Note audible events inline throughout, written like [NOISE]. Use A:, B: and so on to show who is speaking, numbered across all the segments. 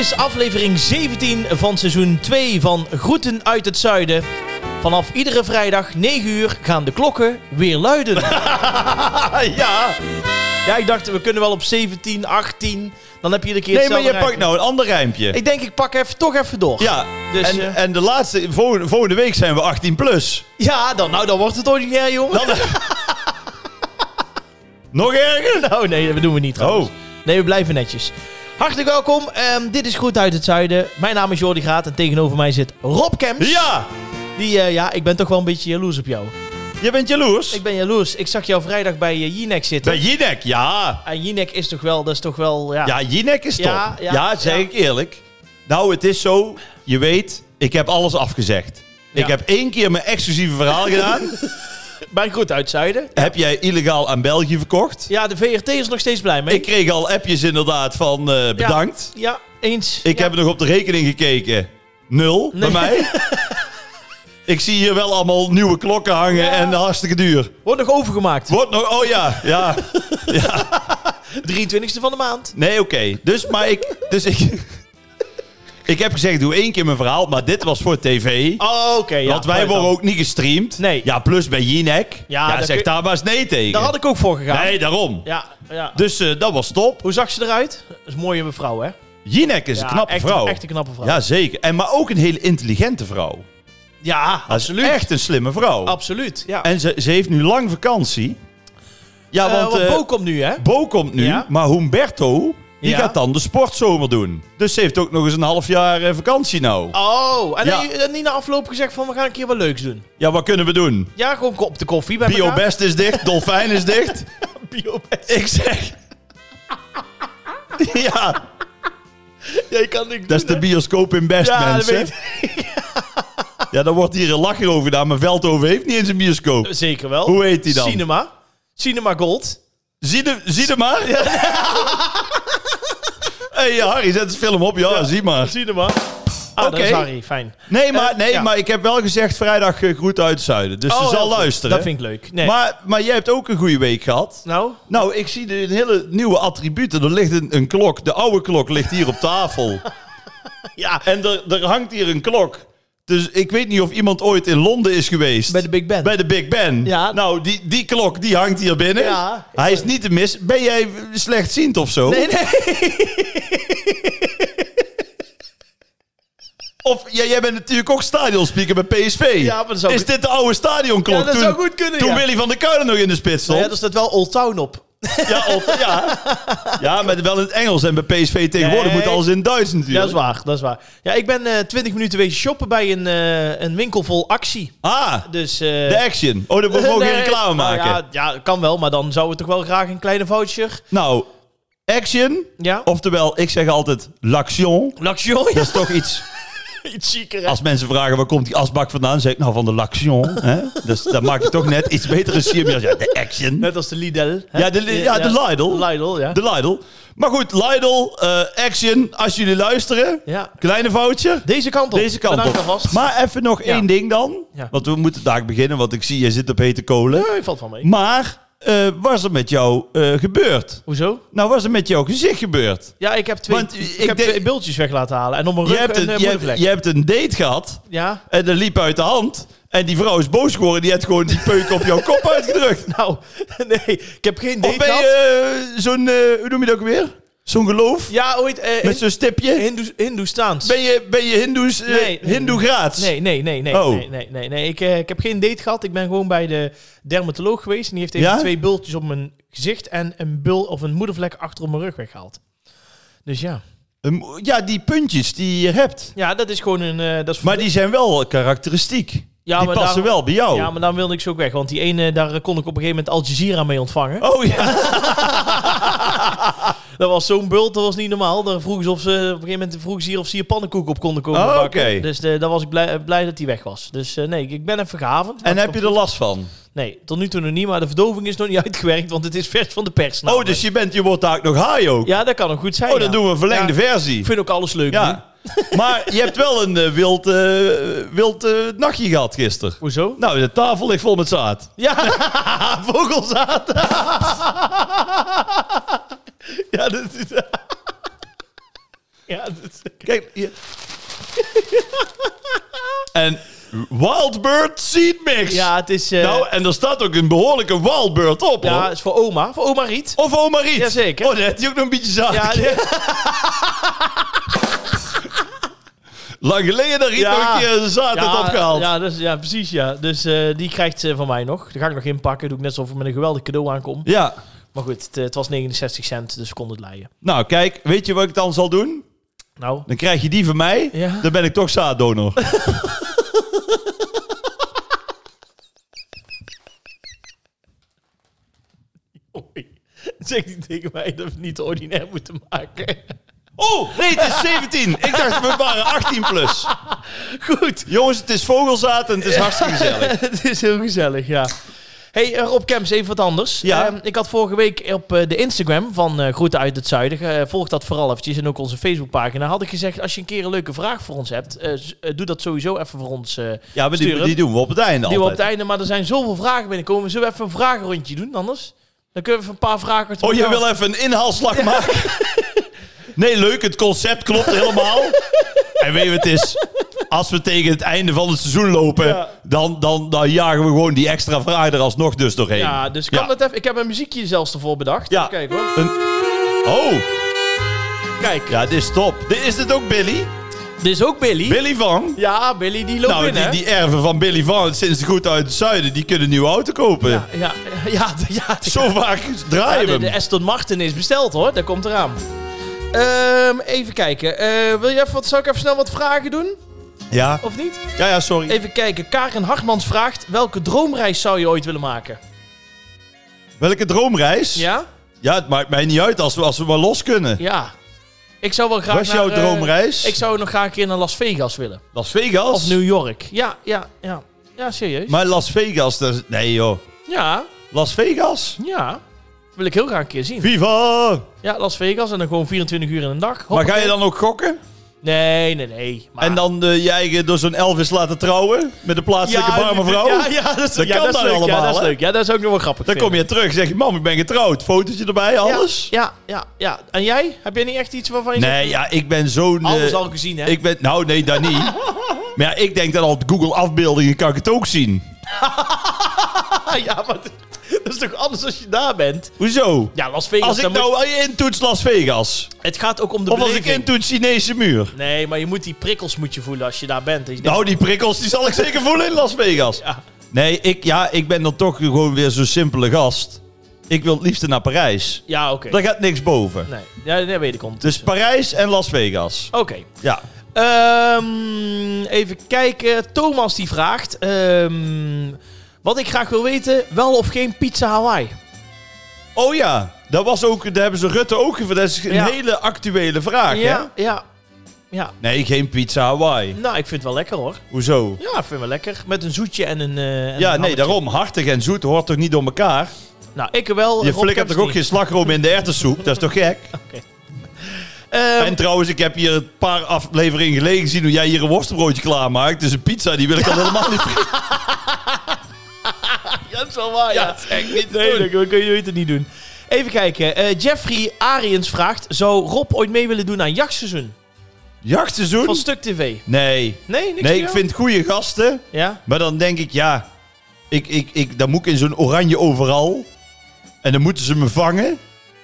A: is aflevering 17 van seizoen 2 van Groeten uit het Zuiden. Vanaf iedere vrijdag 9 uur gaan de klokken weer luiden.
B: [LAUGHS] ja.
A: ja, ik dacht we kunnen wel op 17, 18. Dan heb je iedere keer
B: Nee, maar je
A: hetzelfde
B: pakt
A: rijmpje.
B: nou een ander rijmpje.
A: Ik denk ik pak even, toch even door.
B: Ja.
A: Dus,
B: en,
A: eh,
B: en de laatste, volgende, volgende week zijn we 18 plus.
A: Ja, dan, nou, dan wordt het ordinair, jongen. [LAUGHS]
B: Nog erger?
A: Oh nee, dat doen we niet trouwens.
B: Oh.
A: Nee, we blijven netjes. Hartelijk welkom. Ehm, dit is Groet uit het Zuiden. Mijn naam is Jordi Graat en tegenover mij zit Rob Kemps.
B: Ja.
A: Die, eh, ja, ik ben toch wel een beetje jaloers op jou.
B: Je bent jaloers?
A: Ik ben jaloers. Ik zag jou vrijdag bij eh, Jinek zitten.
B: Bij Jinek, ja.
A: En Jinek is toch wel, dat is toch wel, ja.
B: Ja, Jinek is top.
A: Ja,
B: Ja,
A: ja,
B: zeg
A: ja.
B: ik eerlijk. Nou, het is zo. Je weet, ik heb alles afgezegd.
A: Ja.
B: Ik heb één keer mijn exclusieve
A: [LAUGHS]
B: verhaal gedaan.
A: Bij Groet uit het Zuiden.
B: heb jij illegaal aan België verkocht?
A: Ja, de VRT is nog steeds blij mee.
B: Ik kreeg al appjes inderdaad van eh, bedankt.
A: Ja, eens.
B: Ik
A: Ja.
B: heb nog op de rekening gekeken. Nul
A: Nee.
B: bij mij.
A: [LAUGHS]
B: ik zie hier wel allemaal nieuwe klokken hangen
A: Ja.
B: en hartstikke duur.
A: Wordt nog overgemaakt.
B: Wordt nog... Oh ja, ja.
A: 23e van de maand.
B: Nee, oké. Dus, maar ik... Dus ik... [LAUGHS] Ik heb gezegd, doe één keer mijn verhaal, maar dit was voor tv.
A: Oh, oké. ja, vooruit
B: Want wij
A: dan.
B: worden ook niet gestreamd.
A: Nee.
B: Ja, plus bij Jinek.
A: Ja,
B: Ja,
A: daar
B: zeg
A: kun-
B: daar maar eens nee tegen.
A: Daar had ik ook voor gegaan.
B: Nee, daarom.
A: Ja, ja.
B: Dus eh, dat was top.
A: Hoe zag ze eruit? Dat is een mooie mevrouw, hè?
B: Jinek is
A: Ja,
B: een knappe
A: echt,
B: vrouw.
A: Echt een knappe vrouw.
B: Ja, zeker. En, maar ook een hele intelligente vrouw.
A: Ja,
B: Dat is Echt een slimme vrouw.
A: absoluut. Ja.
B: En ze, ze heeft nu lang vakantie. Ja,
A: Eh,
B: want,
A: want
B: eh,
A: Bo komt nu, hè?
B: Bo komt nu,
A: Ja.
B: maar Humberto die
A: Ja.
B: gaat dan de sportzomer doen. Dus ze heeft ook nog eens een half jaar eh, vakantie nou.
A: Oh, en
B: Ja.
A: heb je eh, niet na afloop gezegd van we gaan een keer wat leuks doen?
B: Ja, wat kunnen we doen?
A: Ja, gewoon op de koffie bij elkaar.
B: Biobest
A: [LAUGHS]
B: is dicht, Dolfijn is dicht.
A: Biobest.
B: Ik zeg... ja,
A: [LAUGHS] Jij kan niks
B: dat is de bioscoop in Best,
A: Ja, dat
B: mensen.
A: weet
B: Ja, daar wordt hier een lachje over gedaan, maar Veldhoven heeft niet eens een bioscoop.
A: Eh, Zeker wel.
B: Hoe heet die dan?
A: Cinema. Cinema Gold.
B: Zie de, zie de maar. [LAUGHS] hey, Harry, zet de film op. Ja, zie maar.
A: Cinema. Ah, dat
B: Oké.
A: is Harry. Fijn.
B: Nee, maar, nee
A: Eh, ja.
B: maar ik heb wel gezegd vrijdag eh, groet uit het zuiden. Dus
A: Oh,
B: ze zal
A: heel goed.
B: luisteren.
A: Dat vind ik leuk. Nee.
B: maar, maar jij hebt ook een goede week gehad.
A: nou,
B: Nou, ik zie de een hele nieuwe attributen. Er ligt een, een klok. De oude klok ligt hier op
A: [LAUGHS]
B: tafel.
A: Ja.
B: En er, er hangt hier een klok. Dus ik weet niet of iemand ooit in Londen is geweest.
A: bij de Big Ben.
B: Bij de Big Ben.
A: Ja.
B: Nou, die, die klok die hangt hier binnen.
A: Ja.
B: Hij is niet te mis. Ben jij slechtziend of zo?
A: Nee, nee.
B: Of ja, jij bent natuurlijk ook stadionspeaker bij PSV.
A: Ja, maar dat zou
B: Is
A: goed-
B: dit de oude stadionklok?
A: Ja, dat
B: toen,
A: zou goed kunnen,
B: Toen
A: ja.
B: Willy van der Kuilen nog in de spits
A: [LAUGHS]
B: stond.
A: Nou ja, er staat wel Old Town op.
B: ja, of, ja. ja, maar wel in het Engels. En bij PSV tegenwoordig
A: Nee.
B: moet alles in het Duits natuurlijk.
A: Ja, dat is waar. Dat is waar. Ja, ik ben eh 20 minuten wezen shoppen bij een, eh, een winkel vol actie.
B: Ah,
A: Dus... Nou
B: de action. Oh,
A: [LAUGHS]
B: dan mogen we ook geen reclame maken.
A: ja, ja, kan wel, maar dan zou het toch wel graag een kleine voucher.
B: Nou, action.
A: Ja.
B: Oftewel, ik zeg altijd l'action.
A: L'action, ja,
B: Dat is toch
A: [LAUGHS]
B: iets...
A: iets zieker. hè?
B: Als mensen vragen waar komt die asbak vandaan, zeg ik nou van de l'action. hè? Dus dat maakt het toch net iets betere sier. Ja, de action.
A: Net als de Lidl. hè?
B: Ja, de Li- ja, de Lidl.
A: Lidl, ja.
B: De Lidl. Maar goed, Lidl, eh, Action, als jullie luisteren.
A: ja.
B: Kleine foutje.
A: Deze kant op.
B: Deze kant
A: Bedankt
B: op.
A: alvast.
B: Maar even nog één ding dan.
A: Ja.
B: Want we moeten daar beginnen, want ik zie, jij zit op hete kolen.
A: Nee, Eh, valt van mee.
B: Maar, eh was er met jou eh, gebeurd?
A: Hoezo?
B: Nou, was er met jouw gezicht gebeurd?
A: Ja, ik heb twee,
B: Want, eh,
A: ik
B: ik
A: heb
B: denk-
A: twee bultjes weg laten halen. En om mijn
B: Je
A: rug
B: hebt,
A: een,
B: een,
A: een
B: je, hebt,
A: moedervlek.
B: je hebt een date gehad
A: Ja, [LAUGHS]
B: en dat liep uit de hand. En die vrouw is boos geworden, die heeft gewoon die peuk op jouw kop
A: [LAUGHS]
B: uitgedrukt.
A: nou, nee, ik heb geen
B: Of
A: date
B: ben
A: gehad.
B: je eh, zo'n, eh, hoe noem je dat ook weer? Zo'n geloof?
A: Ja, ooit eh
B: Met zo'n stipje?
A: Hindoes, Hindoestaans.
B: Ben je, ben je Hindoes, eh,
A: Nee.
B: Hindoegraats?
A: Nee, nee, nee, nee,
B: Oh.
A: nee, nee, nee, nee. Ik, eh, ik heb geen date gehad. Ik ben gewoon bij de dermatoloog geweest. En die heeft even
B: Ja?
A: twee bultjes op mijn gezicht en een, bul, of een moedervlek achter op mijn rug weggehaald. Dus ja.
B: Een mo- Ehm, Ja, die puntjes die je hebt.
A: Ja, dat is gewoon een... eh, dat is
B: Maar die zijn wel karakteristiek.
A: ja,
B: die
A: maar
B: passen
A: daarom-
B: wel bij jou.
A: Ja, maar dan wilde ik ze ook weg. Want die ene, daar kon ik op een gegeven moment Al Jazeera mee ontvangen.
B: Oh ja.
A: Dat was zo'n bult, dat was niet normaal. Daar vroegen ze of ze op een gegeven moment vroegen ze hier of ze hier pannenkoek op konden komen.
B: Oh,
A: bakken.
B: oké.
A: Dus eh, daar was ik blij, eh, blij dat die weg was. Dus eh, nee, ik ben even gehavend. maar
B: En
A: het
B: heb je
A: komt
B: er last van?
A: goed. Nee, tot nu toe nog niet, maar de verdoving is nog niet [LAUGHS] uitgewerkt, want het is vers van de pers.
B: Oh,
A: namelijk.
B: dus je, bent, je wordt daar ook nog haai ook.
A: Ja, dat kan nog goed zijn.
B: oh, dan
A: Nou, ja.
B: doen we een verlengde
A: Ja,
B: versie.
A: Ik vind ook alles leuk. nu.
B: Ja. maar je hebt wel een eh, wild, eh, wild eh, nachtje gehad gisteren. [LAUGHS]
A: Hoezo?
B: Nou, de tafel ligt vol met zaad.
A: Ja,
B: Ah,
A: vogelzaad.
B: [LAUGHS]
A: ja, dat is... Ja, dat-
B: Kijk. hier. [LAUGHS] en Wild Bird Seed Mix.
A: ja het is... eh,
B: Nou, oh. en er staat ook een behoorlijke Wild Bird op,
A: ja,
B: hoor.
A: het is voor oma. Voor oma Riet.
B: Of oma Riet.
A: Jazeker.
B: Oh, daar heeft hij ook nog een beetje zaad.
A: Ja,
B: [LAUGHS] Lang geleden dat Riet
A: Ja.
B: nog een keer zijn zaad heeft opgehaald.
A: Ja, dus, ja, precies, ja. Dus eh, die krijgt ze van mij nog. Die ga ik nog inpakken. Doe ik net alsof er met een geweldig cadeau aankom.
B: Ja.
A: Maar goed, het, eh, het was 69 cent, dus ik kon het leien.
B: Nou, kijk, weet je wat ik dan zal doen?
A: Nou,
B: Dan krijg je die van mij.
A: Ja.
B: Dan ben ik toch
A: [LAUGHS]
B: zaaddonor.
A: [LAUGHS] oei. Zeg niet tegen mij dat we het niet ordinair moeten maken. [LAUGHS]
B: oh, nee, het is 17. ik dacht, we waren 18 plus.
A: Goed.
B: Jongens, het is vogelzaad en het is hartstikke
A: [LAUGHS]
B: gezellig.
A: het is heel gezellig, ja. hey, eh, Rob Kemps, even wat anders.
B: Ja.
A: Ehm, ik had vorige week op eh, de Instagram van eh Groeten uit het Zuiden, eh, volg dat vooral eventjes, en ook onze Facebookpagina, had ik gezegd, als je een keer een leuke vraag voor ons hebt, eh, s- eh, doe dat sowieso even voor ons eh,
B: Ja, maar die,
A: Sturen.
B: die doen we op het einde
A: Die we op
B: altijd.
A: het einde, maar er zijn zoveel vragen binnenkomen. Zullen we even een vragenrondje doen anders? Dan kunnen we even een paar vragen... uit
B: Oh, je
A: elkaar-
B: wil even een inhaalslag maken?
A: [LAUGHS]
B: Nee, leuk. Het concept klopt helemaal. En weet je wat het is? Als we tegen het einde van het seizoen lopen,
A: Ja.
B: dan, dan, dan jagen we gewoon die extra vraag er alsnog dus doorheen.
A: Ja, dus kan
B: Ja.
A: dat even... Ik heb een muziekje zelfs ervoor bedacht.
B: Ja.
A: Even kijken hoor.
B: Oh,
A: Kijk,
B: ja, dit is top. Dit- Is dit ook Billy?
A: dit is ook Billy.
B: Billy van?
A: Ja, Billy, die loopt
B: Nou,
A: binnen.
B: die, die erven van Billy van, sinds de goed uit het zuiden, die kunnen een nieuwe auto kopen.
A: Ja, ja, ja, ja, ja,
B: Zo vaak
A: Ja,
B: draaien
A: de,
B: we
A: de
B: hem.
A: Aston Martin is besteld hoor, daar komt eraan. Ehm, even kijken. Eh, wil je even wat, zou ik even snel wat vragen doen?
B: Ja,
A: Of niet?
B: ja, ja, sorry.
A: Even kijken. Karen Hartmans vraagt: welke droomreis zou je ooit willen maken?
B: Welke droomreis?
A: Ja?
B: Ja, het maakt mij niet uit als we, als we maar los kunnen.
A: Ja. Ik zou wel graag.
B: Was
A: naar,
B: jouw
A: eh,
B: droomreis?
A: Ik zou nog graag een keer naar Las Vegas willen.
B: Las Vegas?
A: Of New York. Ja, ja, ja. Ja, serieus.
B: Maar Las Vegas, dat is- nee joh.
A: ja,
B: Las Vegas?
A: ja. Wil ik heel graag een keer zien.
B: Viva!
A: Ja, Las Vegas en dan gewoon 24 uur in een dag.
B: Maar
A: Hoppakee.
B: ga je dan ook gokken?
A: Nee, nee, nee. Maar...
B: En dan eh, je eigen door zo'n Elvis laten trouwen? Met een plaatselijke warme vrouw?
A: Ja, ja, dat, is-
B: Dat
A: ja,
B: kan
A: dat is
B: dan
A: leuk.
B: allemaal,
A: ja, dat is
B: hè?
A: leuk. Ja, dat is ook nog wel grappig.
B: Dan kom je terug zeg je, mam ik ben getrouwd. Fotootje erbij, alles?
A: Ja, ja, ja. En jij? Heb jij niet echt iets waarvan je zegt,
B: Nee, ja, ik ben zo'n... eh,
A: alles al gezien, hè?
B: ik ben, nou nee, dat niet. maar ja, ik denk dat al op Google afbeeldingen kan ik het ook
A: [LAUGHS]
B: zien.
A: ja, maar dat- dat is toch anders als je daar bent?
B: Hoezo?
A: Ja, Las Vegas.
B: Als ik
A: dan moet-
B: nou intoets Las Vegas.
A: Het gaat ook om de
B: Of als ik
A: beleving.
B: intoets Chinese muur.
A: Nee, maar je moet die prikkels moet je voelen als je daar bent. Dat je denkt,
B: Nou, die prikkels die zal ik zeker voelen in Las Vegas.
A: Ja.
B: Nee, ik, ja, ik ben dan toch gewoon weer zo'n simpele gast. Ik wil het liefst naar Parijs.
A: ja, oké.
B: Daar gaat niks boven.
A: Nee, ja, dat weet ik om.
B: Dus Parijs en Las Vegas.
A: Oké.
B: Ja.
A: Ehm, even kijken. Thomas die vraagt. ehm, wat ik graag wil weten, wel of geen pizza Hawaii?
B: Oh ja, dat was ook, daar hebben ze Rutte ook gevraagd. Dat is een
A: Ja.
B: hele actuele vraag,
A: ja,
B: hè?
A: ja. Ja.
B: Nee, geen pizza Hawaii.
A: Nou, ik vind het wel lekker hoor.
B: Hoezo?
A: Ja, ik vind het wel lekker. Met een zoetje en een. eh, en
B: Ja,
A: een
B: nee,
A: hammetje.
B: daarom. Hartig en zoet hoort toch niet door elkaar?
A: Nou, ik wel.
B: Je
A: Rob
B: flikkert
A: Kemps
B: toch ook geen
A: niet.
B: slagroom in de erwtensoep? Dat is toch gek?
A: [LAUGHS] Ehm,
B: En trouwens, ik heb hier een paar afleveringen geleden gezien hoe jij hier een worstenbroodje klaarmaakt. Dus een pizza, die wil ik al
A: [LAUGHS]
B: helemaal niet vreten.
A: ja, dat is wel waar. Ja,
B: echt niet
A: nee, dat kun- kun je het niet doen. Even kijken. eh, Jeffrey Ariens vraagt: Zou Rob ooit mee willen doen aan jachtseizoen?
B: Jachtseizoen?
A: Van Stuk TV.
B: Nee.
A: Nee, niks
B: Nee,
A: voor
B: ik
A: jou?
B: vind goede gasten.
A: Ja?
B: Maar dan denk ik, ja, ik, ik, ik, dan moet ik in zo'n oranje overal. En dan moeten ze me vangen.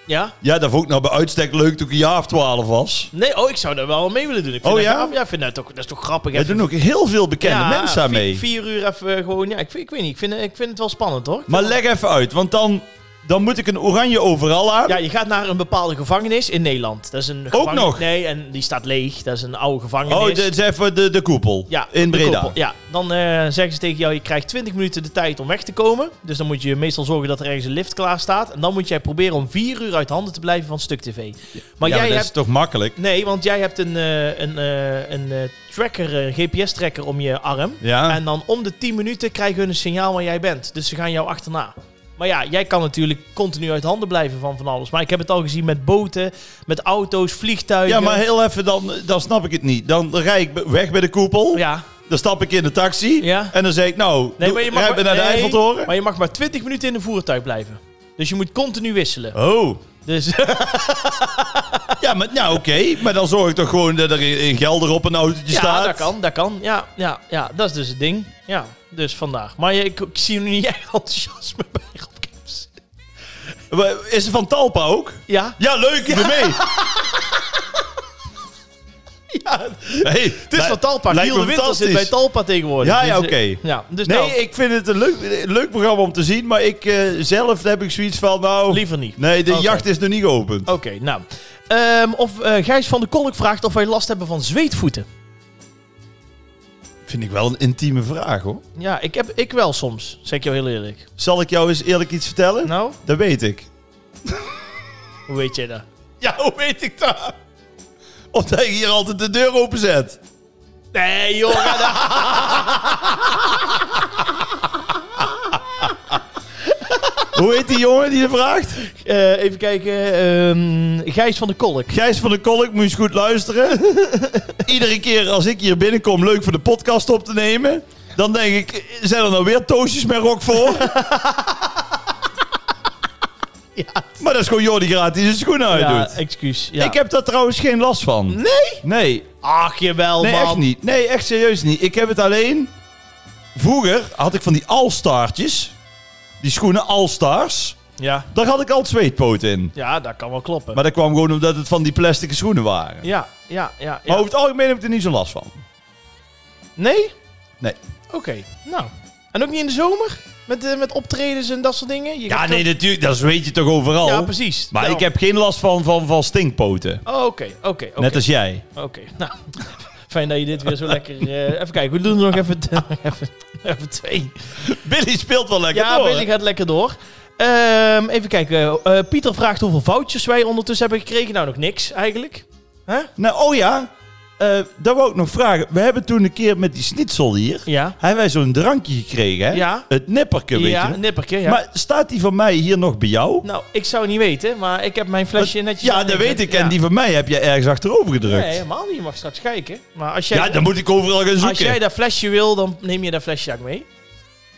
A: Ja?
B: Ja, dat vond ik nou bij uitstek leuk toen ik een jaar of twaalf was.
A: Nee, oh, ik zou daar wel mee willen doen. Ik vind
B: Oh,
A: dat
B: ja?
A: gaaf. Ja, ik vind dat, ook, dat is toch grappig.
B: Er
A: even-
B: doen ook heel veel bekende
A: Ja,
B: mensen aan
A: vier-
B: mee.
A: Vier uur even eh, gewoon, ja, ik, vind- ik weet niet. Ik vind, eh, ik vind het wel spannend hoor. Ik
B: Maar
A: vind-
B: leg even uit, want dan, dan moet ik een oranje overal aan.
A: Ja, je gaat naar een bepaalde gevangenis in Nederland. Dat is een gevangen-
B: nog?
A: Nee, en die staat leeg. Dat is een oude gevangenis.
B: oh, dit is even de, de koepel.
A: Ja,
B: in
A: de
B: Breda.
A: koepel. Ja, dan eh, zeggen ze tegen jou, je krijgt 20 minuten de tijd om weg te komen. Dus dan moet je meestal zorgen dat er ergens een lift klaar staat. En dan moet jij proberen om vier uur uit handen te blijven van Stuk TV. Maar
B: Ja,
A: jij
B: dat
A: hebt...
B: is toch makkelijk?
A: Nee, want jij hebt een, eh, een, eh, een eh, tracker, een GPS-tracker om je arm.
B: Ja.
A: En dan om de 10 minuten krijgen hun een signaal waar jij bent. Dus ze gaan jou achterna. Maar ja, jij kan natuurlijk continu uit handen blijven van van alles. Maar ik heb het al gezien met boten, met auto's, vliegtuigen.
B: Ja, maar heel even, dan, dan snap ik het niet. Dan rijd ik be- weg bij de koepel.
A: Ja,
B: Dan stap ik in de taxi.
A: Ja.
B: En dan zeg ik, nou,
A: Nee,
B: doe-
A: maar je mag
B: rij
A: maar-
B: maar naar de
A: nee,
B: Eiffeltoren.
A: Maar je mag maar 20 minuten in een voertuig blijven. Dus je moet continu wisselen.
B: Oh,
A: Dus
B: Ja, maar nou oké. Maar dan zorg ik toch gewoon dat er in- in Gelder op een autootje
A: [LAUGHS] ja,
B: staat.
A: dat kan, dat kan. Ja, ja, ja, dat is dus het ding. Ja, dus vandaag. Maar je- ik, ik zie nu niet [LAUGHS] echt enthousiasme bij Rob Kemps.
B: Maar Is er van Talpa ook?
A: Ja?
B: Ja, leuk, ik ben
A: [LAUGHS]
B: mee. Hey, het
A: Het is van Talpa. Giel de Winter zit bij Talpa tegenwoordig.
B: Ja, ja,
A: Dus, eh,
B: oké.
A: Ja, dus
B: Nee,
A: nou,
B: ik vind het een leuk, een leuk programma om te zien, maar ik eh, zelf heb ik zoiets van, nou...
A: liever niet.
B: Nee, de
A: Oké.
B: jacht is nog niet geopend.
A: Oké, nou. Ehm, of eh, Gijs van der Kolk vraagt of wij last hebben van zweetvoeten.
B: Vind ik wel een intieme vraag, hoor.
A: Ja, ik, heb, ik wel soms. Zeg ik jou heel eerlijk.
B: Zal ik jou eens eerlijk iets vertellen?
A: Nou,
B: Dat weet ik.
A: hoe weet jij dat?
B: Ja, hoe weet ik dat? Omdat ik hier altijd de deur openzet.
A: Nee, joh. ga daar-
B: Hoe heet die jongen die je vraagt?
A: [LAUGHS] Eh, even kijken. ehm, Gijs van der Kolk.
B: Gijs van der Kolk, moet je eens goed
A: [LAUGHS]
B: luisteren. Iedere keer als ik hier binnenkom leuk voor de podcast op te nemen... dan denk ik, zijn er nou weer toosjes met rok
A: [LAUGHS]
B: voor? Maar dat is gewoon Jordi gratis dus zijn schoenen
A: ja,
B: uitdoet.
A: excuus. Ja.
B: Ik heb daar trouwens geen last van.
A: Nee?
B: Nee,
A: Ach, jawel,
B: nee
A: man.
B: echt niet. Nee, echt serieus niet. Ik heb het alleen... Vroeger had ik van die alstaartjes. Die schoenen alstars.
A: Ja.
B: Daar had ik al zweetpoot in.
A: ja, dat kan wel kloppen.
B: Maar dat kwam gewoon omdat het van die plastic schoenen waren.
A: Ja, ja, ja. ja.
B: Maar over het algemeen heb ik er niet zo last van.
A: Nee?
B: Nee.
A: Oké, nou. En ook niet in de zomer? Met, eh, met optredens en dat soort dingen? Je
B: Ja,
A: hebt
B: nee,
A: toch-
B: natuurlijk. Dat weet je toch overal.
A: Ja, precies.
B: Maar
A: Nou.
B: ik heb geen last van, van, van stinkpoten.
A: Oh, Oké, oké, oké.
B: Net als jij.
A: Oké, nou. [LAUGHS] Fijn dat je dit weer zo lekker... eh, even kijken, we doen er nog even, [LAUGHS] even, even twee.
B: Billy speelt wel lekker
A: ja,
B: door.
A: Billy gaat lekker door. Ehm, even kijken. eh, Pieter vraagt hoeveel foutjes wij ondertussen hebben gekregen. Nou, nog niks eigenlijk. Hè?
B: Nou, oh ja. eh dat wou ik nog vragen. We hebben toen een keer met die schnitzel hier...
A: Ja.
B: hebben wij zo'n drankje gekregen, hè?
A: Ja.
B: Het nipperke, weet
A: ja,
B: je.
A: een nippertje, ja.
B: Maar staat die van mij hier nog bij jou?
A: nou, ik zou niet weten, maar ik heb mijn flesje netjes...
B: ja, dat
A: neergezet.
B: weet ik.
A: Ja.
B: En die van mij heb je ergens achterover gedrukt.
A: Nee, helemaal niet. Je mag straks kijken. Maar als jij...
B: ja, dan moet ik overal gaan
A: Als
B: zoeken.
A: jij dat flesje wil, dan neem je dat flesje ook mee.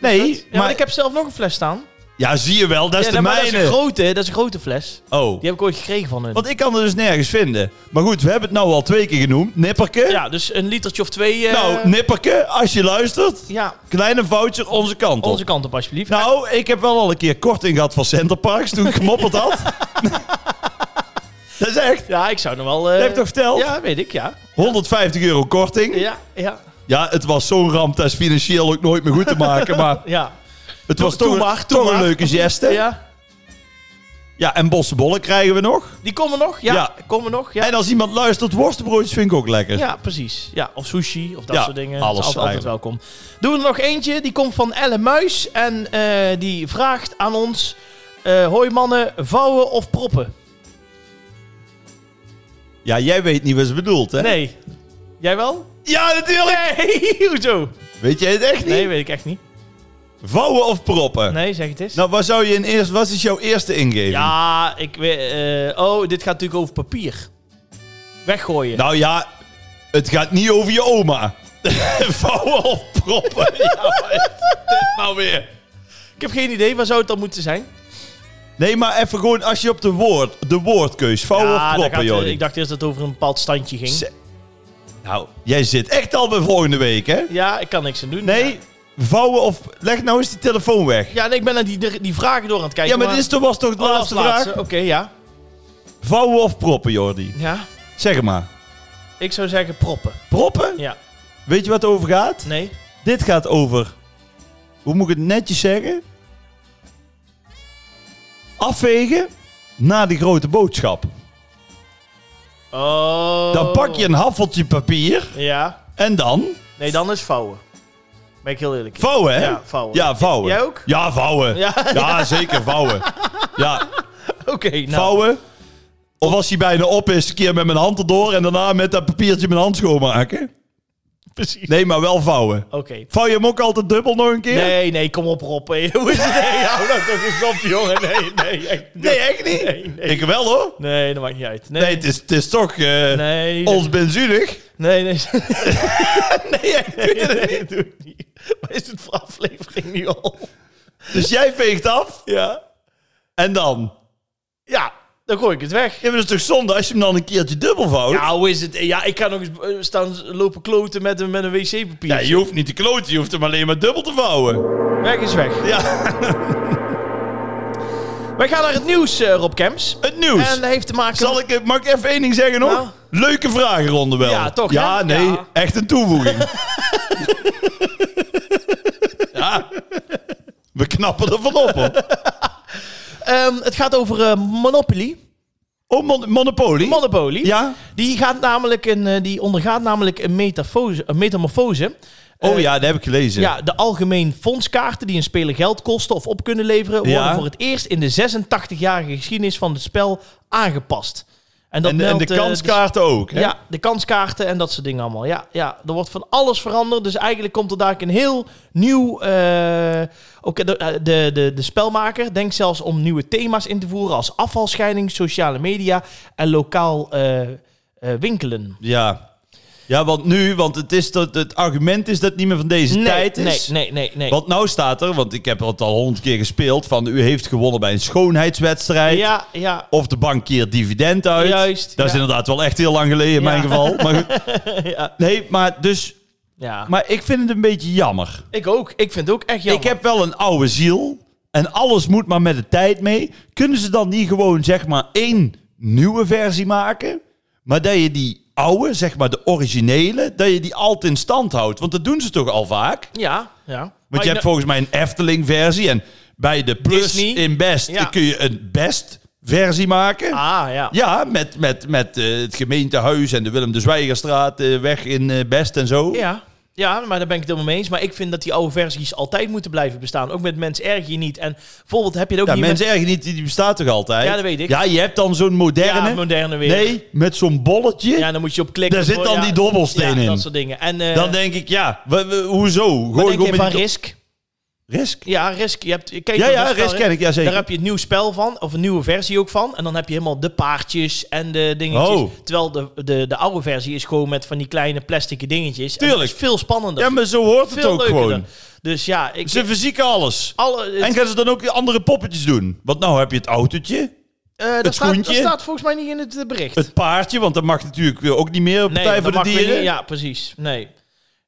A: Dus
B: nee,
A: Ja, maar ik heb zelf nog een fles staan.
B: ja, zie je wel, dat is
A: ja,
B: de
A: maar dat
B: mijne.
A: is een grote, dat is een grote fles.
B: oh,
A: Die heb ik ooit gekregen van hun.
B: want ik kan er dus nergens vinden. Maar goed, we hebben het nou al twee keer genoemd. Nipperke.
A: Ja, dus een litertje of twee. eh,
B: Nou, Nipperke, als je luistert,
A: ja,
B: kleine voucher onze kant op.
A: onze kant op alsjeblieft.
B: Nou, ik heb wel al een keer korting gehad van Centerparks toen ik gemopperd
A: [LAUGHS]
B: had. dat is echt.
A: ja, ik zou nog wel. eh,
B: Dat heb ik toch verteld?
A: Ja, weet ik, ja.
B: 150 euro korting.
A: Ja, ja,
B: Ja, het was zo'n ramp, dat is financieel ook nooit meer goed te
A: [LAUGHS]
B: maken. Maar
A: ja.
B: het was
A: Doe-
B: toch,
A: doe
B: een-
A: maar, doe
B: toch een
A: maar.
B: leuke geste. Ja,
A: ja.
B: en bossenbollen krijgen we nog.
A: Die komen nog, ja.
B: Ja.
A: Komen nog, ja.
B: En als iemand luistert, worstenbroodjes vind ik ook lekker.
A: Ja, precies. Ja, of sushi of dat
B: Ja,
A: soort dingen.
B: alles
A: dat is altijd, altijd welkom. Doen we er nog eentje. Die komt van Elle Muis. En eh, die vraagt aan ons... eh hoi mannen, vouwen of proppen?
B: Ja, jij weet niet wat ze bedoelt, hè?
A: Nee. Jij wel?
B: Ja, natuurlijk!
A: Nee, [LAUGHS] hoezo?
B: Weet jij het echt niet?
A: Nee, weet ik echt niet.
B: Vouwen of proppen?
A: Nee, zeg het eens.
B: Nou, wat, zou je in eerst, wat is jouw eerste ingeving?
A: Ja, ik weet... eh, oh, dit gaat natuurlijk over papier. Weggooien.
B: Nou ja, het gaat niet over je oma. [LAUGHS] Vouwen of
A: [LAUGHS]
B: proppen? ja, wat is dit nou weer?
A: Ik heb geen idee, waar zou het dan moeten zijn?
B: Oh, Nee, maar even gewoon als je op de, woord, de woordkeus, vouwen
A: Ja,
B: of
A: daar
B: proppen,
A: gaat- eh,
B: joh.
A: Ik dacht eerst dat het over een bepaald standje ging.
B: Ze- Nou, jij zit echt al bij volgende week, hè?
A: ja, ik kan niks aan doen.
B: Nee, vouwen of... Leg nou eens die telefoon weg.
A: Ja, nee, ik ben naar die, die vragen door aan het kijken.
B: Ja, maar dit is toch, was toch de
A: Oh, als
B: laatste,
A: laatste.
B: vraag?
A: Oké, ja.
B: Vouwen of proppen, Jordi?
A: Ja.
B: Zeg het maar.
A: Ik zou zeggen proppen.
B: Proppen?
A: Ja.
B: Weet je wat het over gaat?
A: Nee.
B: Dit gaat over... Hoe moet ik het netjes zeggen? Afvegen na die grote boodschap.
A: Oh.
B: Dan pak je een haffeltje papier
A: Ja.
B: en dan...
A: Nee, dan is vouwen. Ben ik heel eerlijk. in.
B: Vouwen, hè?
A: Ja, vouwen.
B: Ja, vouwen.
A: Jij ook?
B: Ja, vouwen. Ja,
A: Ja,
B: zeker, vouwen. Ja,
A: oké. nou.
B: vouwen. Of als hij bijna op is, een keer met mijn hand erdoor... en daarna met dat papiertje mijn hand schoonmaken.
A: Precies.
B: Nee, maar wel vouwen.
A: Oké.
B: Vouw je hem ook altijd dubbel nog een keer?
A: Nee, nee, kom op Rob. Hey, [LAUGHS] Hoe is het? Nee, hou nou toch eens op, jongen. Nee, nee. echt niet.
B: Nee, echt niet?
A: Nee, nee.
B: Ik wel, hoor.
A: Nee, dat maakt niet uit. Nee,
B: Nee, het is, het is toch eh,
A: nee, Oh.
B: ons benzunig.
A: nee, [LAUGHS] nee, nee,
B: Nee, echt niet.
A: nee, dat doe ik niet. Maar is het voor aflevering nu al?
B: Dus jij veegt af
A: Ja.
B: en dan...
A: Ja. dan gooi ik het weg.
B: Ja, maar dat is toch zonde als je hem dan een keertje dubbelvouwt? Ja,
A: Ja, hoe is het? Ja, ik ga nog eens eh, staan lopen kloten met een, met een wc-papier.
B: je hoeft niet te kloten, je hoeft hem alleen maar dubbel te vouwen.
A: Weg is weg.
B: Ja,
A: Wij gaan naar het nieuws, eh, Rob Kemps.
B: het nieuws.
A: En dat heeft te maken
B: Zal ik, eh, mag ik even één ding zeggen nog?
A: Nou.
B: Leuke vragenronde wel.
A: Ja, toch, hè?
B: Ja, nee,
A: Ja.
B: echt een
A: [LAUGHS]
B: toevoeging. ja, we knappen er van op. hoor.
A: Ehm, het gaat over eh, Monopoly.
B: Oh, mon Monopoly?
A: Monopoly.
B: ja?
A: Die, gaat namelijk een, eh, die ondergaat namelijk een, metafose, een metamorfose.
B: Oh
A: Eh,
B: ja, dat heb ik gelezen.
A: Ja, de algemeen fondskaarten die een speler geld kosten of op kunnen leveren... worden
B: Ja.
A: voor het eerst in de 86-jarige geschiedenis van het spel aangepast. dat
B: en, de- en de
A: meldt, eh,
B: kanskaart ook. Hè?
A: Ja, de kanskaarten en dat soort dingen allemaal. Ja, ja, er wordt van alles veranderd. Dus eigenlijk komt er daar een heel nieuw... eh Oké, de, de, de, de spelmaker denkt zelfs om nieuwe thema's in te voeren... als afvalscheiding, sociale media en lokaal eh, eh, winkelen.
B: Ja. Ja, want nu, want het, is dat, het argument is dat het niet meer van deze tijd is.
A: nee, nee, nee, nee.
B: Want nou staat er, want ik heb het al honderd keer gespeeld, van u heeft gewonnen bij een schoonheidswedstrijd.
A: Ja, ja.
B: Of de bank keert dividend uit.
A: Juist,
B: Dat is
A: ja.
B: inderdaad wel echt heel lang geleden in
A: Ja.
B: mijn geval. Maar goed.
A: [LAUGHS] ja,
B: Nee, maar dus...
A: ja.
B: Maar ik vind het een beetje jammer.
A: Ik ook. Ik vind het ook echt jammer.
B: Ik heb wel een oude ziel. En alles moet maar met de tijd mee. Kunnen ze dan niet gewoon zeg maar één nieuwe versie maken? Maar dat je die oude, zeg maar de originele, dat je die altijd in stand houdt. Want dat doen ze toch al vaak?
A: Ja, ja.
B: Want je hebt volgens mij een Efteling-versie. En bij de Plus
A: Disney.
B: in Best
A: Ja.
B: kun je een Best-versie maken.
A: Ah, ja.
B: Ja, met, met, met eh, het gemeentehuis en de Willem de Zwijgerstraat eh, weg in eh, Best en zo.
A: Ja. Ja, maar daar ben ik het helemaal mee eens. Maar ik vind dat die oude versies altijd moeten blijven bestaan. Ook met mens erg je niet. En bijvoorbeeld heb je het ook
B: Ja,
A: niet
B: mensen erg niet, die die bestaat toch altijd?
A: Ja, dat weet ik.
B: Ja, je hebt dan zo'n
A: met
B: moderne.
A: ja, moderne weer.
B: nee, met zo'n bolletje.
A: Ja, dan moet je op klikken.
B: Daar zit
A: voor-
B: dan
A: ja,
B: die dobbelsteen
A: ja,
B: in.
A: dat soort dingen. En eh,
B: Dan denk ik, ja, wa- wa- hoezo?
A: wat
B: Gooi
A: denk
B: gewoon
A: je van
B: met die
A: Risk?
B: do- Risk?
A: Ja, Risk. Je hebt, ken je
B: Ja,
A: dat
B: ja,
A: spel,
B: Risk
A: hè?
B: ken ik, ja
A: Daar
B: zeker.
A: heb je het nieuw spel van, of een nieuwe versie ook van. En dan heb je helemaal de paardjes en de dingetjes.
B: Oh.
A: Terwijl de, de, de oude versie is gewoon met van die kleine plastic dingetjes. En dat
B: Tuurlijk.
A: is veel spannender.
B: Ja, maar zo hoort het
A: veel
B: ook
A: leukerder.
B: gewoon.
A: Dus ja, ik...
B: Ze verzieken alles.
A: alle, het-
B: En gaan ze dan ook andere poppetjes doen? Want nou heb je het autootje,
A: eh, dat staat-
B: schoentje?
A: Dat staat volgens mij niet in het eh, bericht.
B: het paardje, want dat mag natuurlijk ook niet meer op Partij
A: dat
B: voor de
A: mag weer
B: Dieren.
A: niet. Ja, precies. Nee.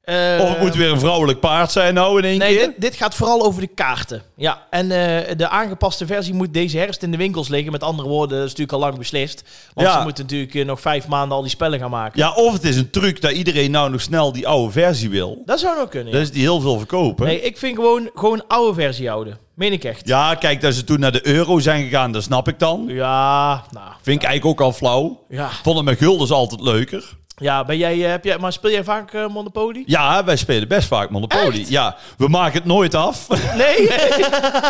A: Eh,
B: Of het moet weer een vrouwelijk paard zijn nou in één
A: Nee,
B: keer.
A: dit, dit gaat vooral over de kaarten. Ja, en eh, de aangepaste versie moet deze herfst in de winkels liggen. Met andere woorden, dat is natuurlijk al lang beslist. Want
B: Ja.
A: ze moeten natuurlijk eh, nog vijf maanden al die spellen gaan maken.
B: Ja, of het is een truc dat iedereen nou nog snel die oude versie wil.
A: Dat zou nog kunnen. ja.
B: Dat is die heel veel verkopen.
A: Nee, ik vind gewoon, gewoon oude versie houden. Meen ik echt.
B: Ja, kijk, dat ze toen naar de euro zijn gegaan, dat snap ik dan.
A: Ja, nou.
B: Vind ik eigenlijk ook al flauw.
A: Ja,
B: Vond het met guldens altijd leuker.
A: ja ben jij, eh, heb jij, maar speel jij vaak eh, Monopoly?
B: Ja, wij spelen best vaak Monopoly. Ja, we maken het nooit af.
A: Nee. [LAUGHS]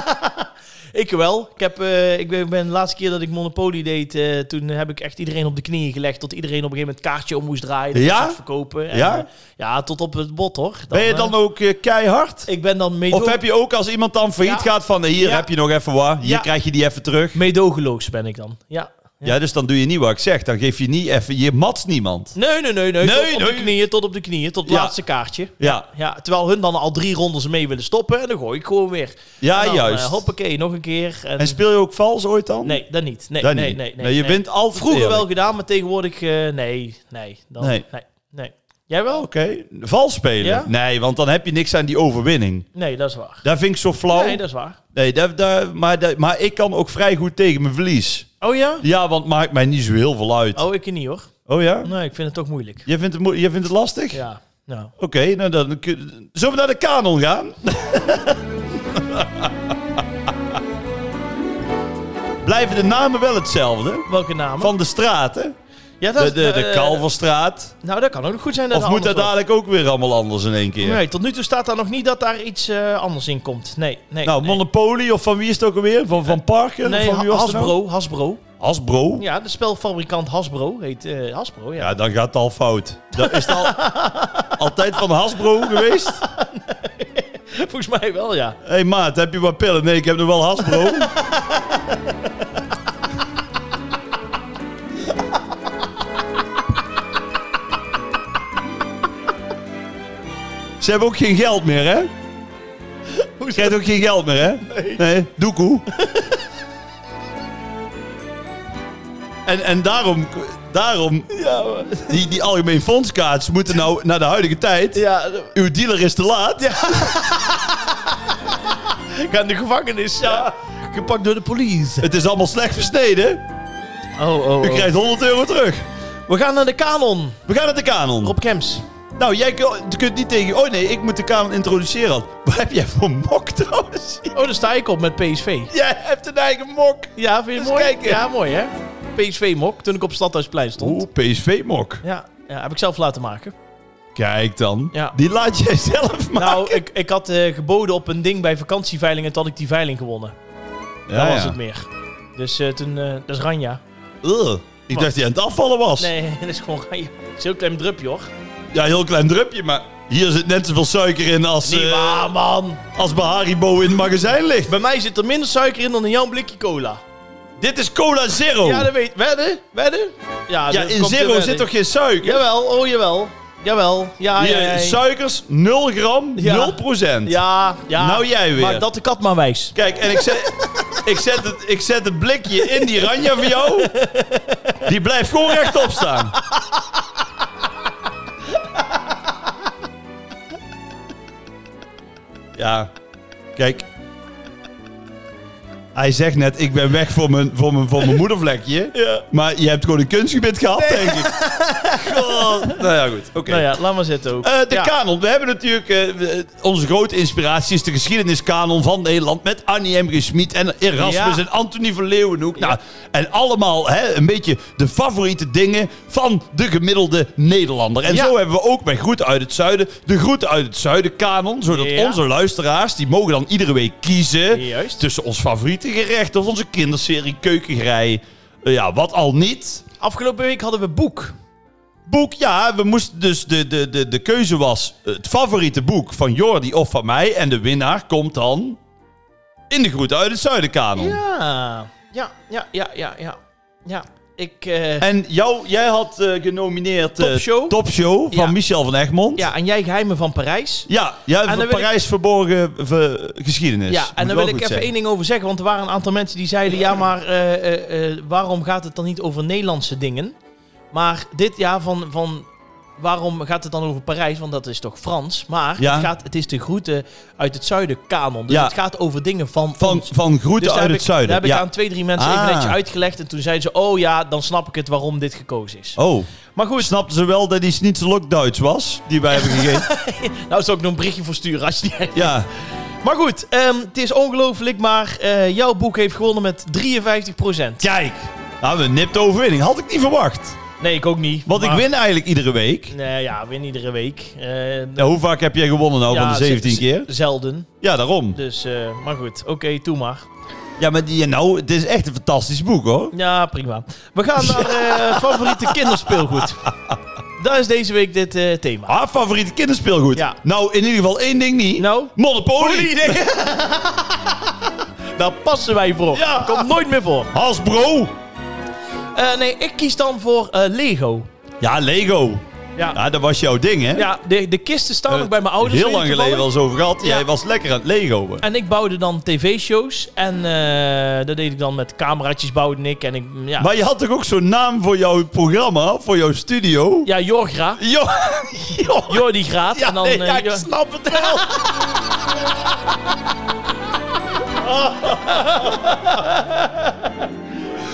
A: ik wel. Ik, heb, eh, ik ben, ben de laatste keer dat ik Monopoly deed, eh, toen heb ik echt iedereen op de knieën gelegd. Tot iedereen op een gegeven moment kaartje om moest draaien. dat
B: Ja?
A: moest verkopen. En,
B: Ja?
A: eh, ja, tot op het bot hoor. Dan,
B: Ben je dan
A: eh,
B: ook eh, keihard?
A: ik ben dan meedo
B: Of heb je ook als iemand dan failliet
A: Ja.
B: gaat van eh, hier
A: Ja.
B: heb je nog even wat, hier
A: Ja.
B: krijg je die even terug.
A: meedogenloos ben ik dan. Ja.
B: Ja. dus dan doe je niet wat ik zeg. Dan geef je niet even, je matst niemand.
A: Nee, nee, nee, nee.
B: Nee,
A: tot op
B: nee.
A: de knieën, tot op de knieën, tot het
B: Ja.
A: laatste kaartje.
B: Ja,
A: Ja, terwijl hun dan al drie rondes mee willen stoppen. En dan gooi ik gewoon weer.
B: ja,
A: En dan,
B: juist.
A: eh, hoppakee, nog een keer. En,
B: en speel je ook vals ooit dan?
A: nee, dat niet. Nee,
B: Dat
A: nee,
B: niet.
A: nee, nee,
B: Nou, je
A: nee.
B: bent altijd
A: Vroeger
B: eerlijk.
A: wel gedaan, maar tegenwoordig eh, nee, nee, dan,
B: Nee.
A: nee. Nee, Jij wel?
B: Oké, vals spelen?
A: Ja?
B: Nee, want dan heb je niks aan die overwinning.
A: Nee, dat is waar.
B: Daar vind ik zo flauw.
A: Nee, dat is waar.
B: Nee, daar, daar, maar, daar- maar ik kan ook vrij goed tegen mijn verlies.
A: Oh ja?
B: Ja, want het maakt mij niet zo heel veel uit. Oh,
A: Oh, ik niet hoor.
B: ja?
A: Nee, ik vind het toch moeilijk.
B: Jij vindt het, mo- jij vindt het lastig?
A: Ja, nou.
B: Oké, nou dan kun- zullen we naar de kanon gaan. [LAUGHS] Blijven de namen wel hetzelfde?
A: Welke namen?
B: Van de straten?
A: ja,
B: De, de, de
A: eh,
B: Kalverstraat?
A: Nou, dat kan ook goed zijn dat
B: Of
A: er
B: moet dat
A: anders
B: dadelijk ook weer allemaal anders in één
A: wordt.
B: keer?
A: Nee, tot nu toe staat daar nog niet dat daar iets eh, anders in komt. Nee, nee.
B: Nou,
A: nee.
B: Monopoly of van wie is het ook alweer? Van, van Parker?
A: Nee,
B: van wie was het nou?
A: Hasbro, Hasbro.
B: Hasbro?
A: Ja, de spelfabrikant Hasbro heet eh, Hasbro, ja.
B: Ja, dan gaat het al fout. Dat is het al altijd van Hasbro geweest?
A: [LAUGHS] Volgens mij wel, ja.
B: Hé hey maat, heb je wat pillen? Nee, ik heb nog wel Hasbro. Ze hebben ook geen geld meer, hè? Je krijgt ook geen geld meer, hè? Nee. Doekoe. En, en daarom, daarom die, die algemeen fondskaarts moeten nou naar de huidige tijd.
A: Ja,
B: Uw dealer is te laat.
A: ik ga in de gevangenis. Ja. Gepakt door de police.
B: Het is allemaal slecht versneden.
A: Oh, oh,
B: U krijgt 100 euro terug.
A: We gaan naar de kanon.
B: We gaan naar de kanon.
A: Rob Kems.
B: Nou, jij kun- je kunt niet tegen... Oh nee, ik moet de kanon introduceren. [LAUGHS] Wat heb jij voor mok trouwens? [LAUGHS]
A: Oh, daar sta ik op met PSV.
B: Jij hebt een eigen mok.
A: Ja, vind je het
B: Eens
A: mooi?
B: kijken.
A: Ja, mooi hè? PSV-mok, toen ik op Stadhuisplein stond.
B: Oeh, PSV-mok.
A: Ja, ja, heb ik zelf laten maken.
B: Kijk dan.
A: Ja.
B: Die laat jij zelf maken.
A: Nou, ik, ik had eh, geboden op een ding bij vakantieveilingen en toen had ik die veiling gewonnen.
B: Ja,
A: dat was
B: ja.
A: het meer. Dus eh, toen, eh, dat is [LAUGHS] Ranja.
B: Ugh. Ik dacht dat hij aan het afvallen was.
A: Nee, dat is gewoon Ranja. Het is een heel klein drupje hoor.
B: Ja, heel klein drupje, maar hier zit net zoveel suiker in als,
A: Niet
B: eh,
A: waar, man.
B: als bij Haribo in het magazijn ligt.
A: Bij mij zit er minder suiker in dan in jouw blikje cola.
B: Dit is Cola Zero.
A: Ja, dat weet Wedden? Wedden? Ja,
B: Ja,
A: dat
B: in
A: komt er
B: Zero
A: wedden.
B: zit toch geen suiker?
A: Jawel, oh jawel. Jawel, ja, ja,
B: Hier,
A: ja.
B: Suikers, 0 gram,
A: Ja.
B: 0 procent.
A: Ja, ja.
B: Nou jij weer.
A: Maak dat de kat maar wijs.
B: Kijk, en ik zet, ik, zet het, ik zet het blikje in die ranja van jou. Die blijft gewoon rechtop staan. Ja, kijk. Hij zegt net, ik ben weg voor mijn, voor mijn, voor mijn moedervlekje.
A: Ja.
B: Maar je hebt gewoon een kunstgebit gehad, denk ik. [LAUGHS] God. Nou ja, goed. Oké.
A: Nou ja, laat maar zitten ook.
B: Eh, de
A: ja.
B: kanon. We hebben natuurlijk... eh, we- onze grote inspiratie is de geschiedeniskanon van Nederland... met Annie M. G. Schmid en Erasmus
A: Ja.
B: en Anthony van Leeuwenhoek. Nou, en allemaal hè, een beetje de favoriete dingen van de gemiddelde Nederlander. En
A: Ja.
B: zo hebben we ook bij Groeten uit het Zuiden... de Groeten uit het Zuiden kanon. Zodat
A: Ja.
B: onze luisteraars, die mogen dan iedere week kiezen...
A: Juist.
B: tussen ons favoriete gerecht of onze kinderserie Keukengerij. Eh, ja, wat al niet...
A: Afgelopen week hadden we boek.
B: Boek, ja, we moesten dus de, de, de, de keuze was het favoriete boek van Jordi of van mij. En de winnaar komt dan in de groet uit het Zuidenkanon.
A: Ja, ja, ja, ja, ja, ja. Ja, ik... eh,
B: En jou, jij had eh, genomineerd eh,
A: Top Show.
B: Top Show van
A: Ja.
B: Michel van Egmond.
A: ja, en jij geheimen van Parijs.
B: ja, ja,
A: dan
B: voor
A: wil ik-
B: Parijs verborgen ver- geschiedenis.
A: Ja,
B: Moet
A: en daar
B: wel
A: wil ik
B: goed
A: even
B: zeggen.
A: één ding over zeggen. Want er waren een aantal mensen die zeiden... Ja, maar eh, eh, eh, waarom gaat het dan niet over Nederlandse dingen? Maar dit jaar van... van Waarom gaat het dan over Parijs? Want dat is toch Frans? Maar
B: Ja.
A: het, gaat, het is de groeten uit het zuiden kanon. Dus
B: Ja.
A: het gaat over dingen van,
B: Van,
A: ons.
B: van groeten
A: Dus daar
B: uit
A: heb
B: het
A: ik,
B: Zuiden.
A: Daar heb
B: ja.
A: ik aan twee, drie mensen
B: Ah.
A: even netjes uitgelegd. En toen zeiden ze... Oh ja, dan snap ik het waarom dit gekozen is.
B: Oh,
A: Maar goed,
B: snapten ze wel dat die schnitzelok Duits was, die wij
A: [LAUGHS]
B: hebben gegeven?
A: nou zou ik nog een berichtje voor sturen als je die
B: ja.
A: Maar goed, ehm, het is ongelooflijk, maar eh, jouw boek heeft gewonnen met 53%.
B: Kijk, nou, een nipte overwinning. Had ik niet verwacht.
A: Nee, ik ook niet.
B: Want
A: maar-
B: ik win eigenlijk iedere week.
A: Nee, ja, win iedere week. Eh,
B: Ja, hoe vaak heb jij gewonnen nou van
A: ja,
B: de 17
A: z-
B: keer?
A: z- Zelden.
B: Ja, daarom.
A: Dus, eh, maar goed, oké, doe maar.
B: Ja, maar die, nou, het is echt een fantastisch boek hoor.
A: Ja, prima. We
B: [LAUGHS]
A: gaan naar eh, favoriete kinderspeelgoed. Daar is deze week dit eh, thema.
B: Ah, favoriete kinderspeelgoed.
A: Ja.
B: Nou, in ieder geval één ding niet.
A: Nou?
B: Monopoly.
A: [LAUGHS] Daar passen wij voor.
B: Ja.
A: Komt nooit meer voor.
B: Hasbro.
A: Eh, nee, ik kies dan voor eh, Lego.
B: Ja, Lego.
A: Ja,
B: Ja, dat was jouw ding hè?
A: ja de, de kisten staan nog bij mijn ouders.
B: Eh, Heel
A: weet
B: lang
A: je
B: geleden al
A: toevallig.
B: eens over gehad.
A: Ja.
B: Jij was lekker aan het Lego.
A: En ik bouwde dan tv-shows. En eh, dat deed ik dan met cameraatjes bouwde ik. En ik, ja.
B: Maar je had toch ook zo'n naam voor jouw programma, voor jouw studio?
A: ja, Jorgra.
B: Jo, [LAUGHS] jo-
A: Jordi Graat.
B: Ja,
A: en dan,
B: nee,
A: eh,
B: ja, ik
A: Jo-
B: snap het wel.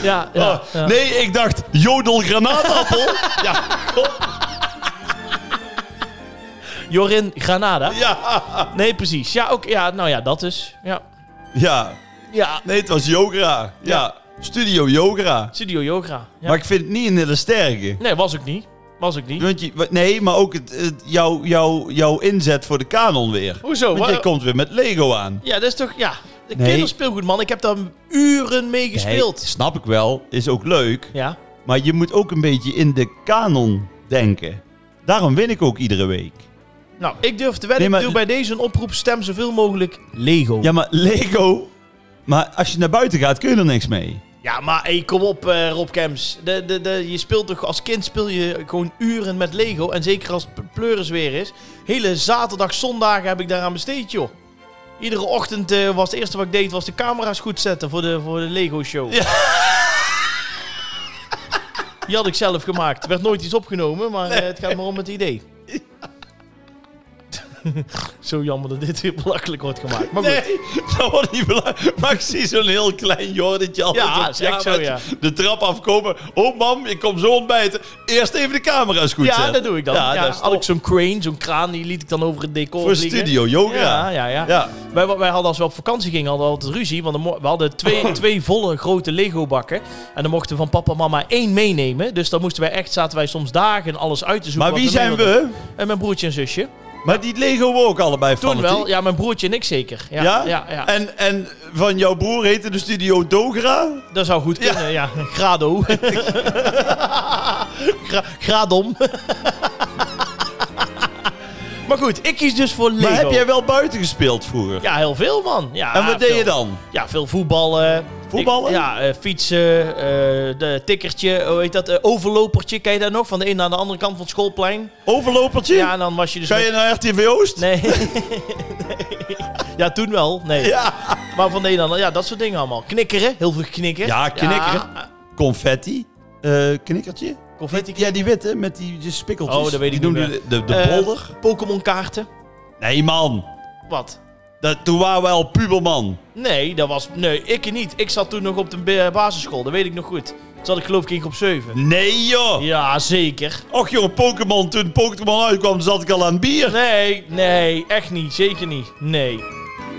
A: ja, ja,
B: Ah,
A: [LAUGHS] ja.
B: Nee, ik dacht jodel
A: [LAUGHS]
B: granaatappel. ja,
A: Jorin Granada.
B: ja,
A: Nee, precies. Ja, ook, ja, nou ja, dat dus. Ja.
B: ja.
A: ja.
B: Nee, het was Yogra. Ja. Studio Yogra.
A: Studio Jogra. Ja.
B: Maar ik vind het niet een hele sterke.
A: Nee, was ik niet. Was ik niet.
B: Want je, wa- nee, maar ook het, het- jouw, jouw, jouw inzet voor de kanon weer.
A: Hoezo?
B: Want
A: Waar-
B: jij komt weer met Lego aan.
A: Ja, dat is toch... Ja, de
B: Nee.
A: kinderspeelgoed, man. Ik heb daar uren mee gespeeld.
B: Nee, snap ik wel. Is ook leuk.
A: Ja.
B: Maar je moet ook een beetje in de kanon denken. Daarom win ik ook iedere week.
A: Nou, ik durf te wedden.
B: Nee, maar-
A: Ik doe bij deze een oproep. Stem zoveel mogelijk Lego. Ja,
B: Ja, maar Lego... Maar als je naar buiten gaat, kun je er niks mee.
A: maar hey, kom op, eh, Rob Kems. De, de, de, je speelt toch... Als kind speel je gewoon uren met Lego. En zeker als p- pleuris weer is. Hele zaterdag, zondagen heb ik daaraan besteed, joh. Iedere ochtend eh, was het eerste wat ik deed... was de camera's goed zetten voor de, voor de Lego-show.
B: Ja.
A: [LAUGHS] Die had ik zelf gemaakt. Er werd nooit iets opgenomen, maar eh, het gaat maar om het idee. [LAUGHS] Zo jammer dat dit weer belachelijk wordt gemaakt. Maar goed.
B: Nee, dat wordt niet belangrijk. Maar ik zie zo'n heel klein Jordetje altijd
A: Ja,
B: op
A: is echt
B: kamer
A: zo, ja.
B: de trap afkomen. Oh mam, ik kom zo ontbijten. Eerst even de camera's goed
A: Ja,
B: zetten.
A: dat doe ik dan. eh. Ja,
B: dat is
A: had
B: top.
A: ik zo'n crane, zo'n kraan, die liet ik dan over het decor
B: Voor
A: vliegen.
B: studio yoga.
A: Ja, ja, ja.
B: Ja.
A: Wij, wij hadden als we op vakantie gingen, hadden we altijd ruzie. Want dan mo- we hadden
B: [CLEARS THROAT]
A: twee, twee volle grote Lego-bakken. En dan mochten we van papa en mama één meenemen. Dus dan moesten wij echt, zaten wij soms dagen alles uit te zoeken.
B: Maar
A: wat
B: wie zijn
A: wilden.
B: we?
A: En mijn broertje en zusje.
B: Maar die Lego we ook allebei
A: Toen
B: fanatiek.
A: wel. Ja, mijn broertje en ik zeker. Ja?
B: Ja?
A: Ja, ja.
B: En, en van jouw broer heette de studio Dogra?
A: Dat zou goed kunnen, ja. [LAUGHS]
B: [LAUGHS]
A: Grado. Gra- gradom. [LAUGHS] maar goed, ik kies dus voor Lego.
B: Maar heb jij wel buiten gespeeld vroeger?
A: Ja, heel veel, man. Ja,
B: en wat deed
A: veel.
B: je dan?
A: Ja, veel voetballen.
B: Voetballen?
A: Ik- ja, eh, fietsen, eh, de tikkertje, hoe heet dat? eh, overlopertje, ken je dat nog? Van de een naar de andere kant van het schoolplein.
B: Overlopertje?
A: Ja, en dan was je dus...
B: Ga je naar RTV Oost?
A: met- Nee. [LAUGHS] Nee. Ja, toen wel. Nee.
B: Ja.
A: Maar van de een naar de Ja, dat soort dingen allemaal. Knikkeren, heel veel knikken.
B: Ja, knikkeren.
A: Ja,
B: Confetti? Eh, knikkertje?
A: confetti
B: Ja, die witte met die, die spikkeltjes.
A: Oh, dat weet
B: die
A: ik niet
B: noemden
A: meer.
B: De, de, de
A: Eh,
B: bolder?
A: Pokémon kaarten.
B: Nee, man.
A: Wat?
B: Dat, toen waren we al puberman.
A: Nee, dat was... Nee, ik niet. Ik zat toen nog op de ba- basisschool. Dat weet ik nog goed. Toen zat ik geloof ik in groep 7.
B: Nee, joh.
A: Ja, zeker.
B: Och, jongen, Pokémon. Toen Pokémon uitkwam, zat ik al aan bier.
A: Nee, nee, echt niet. Zeker niet. Nee.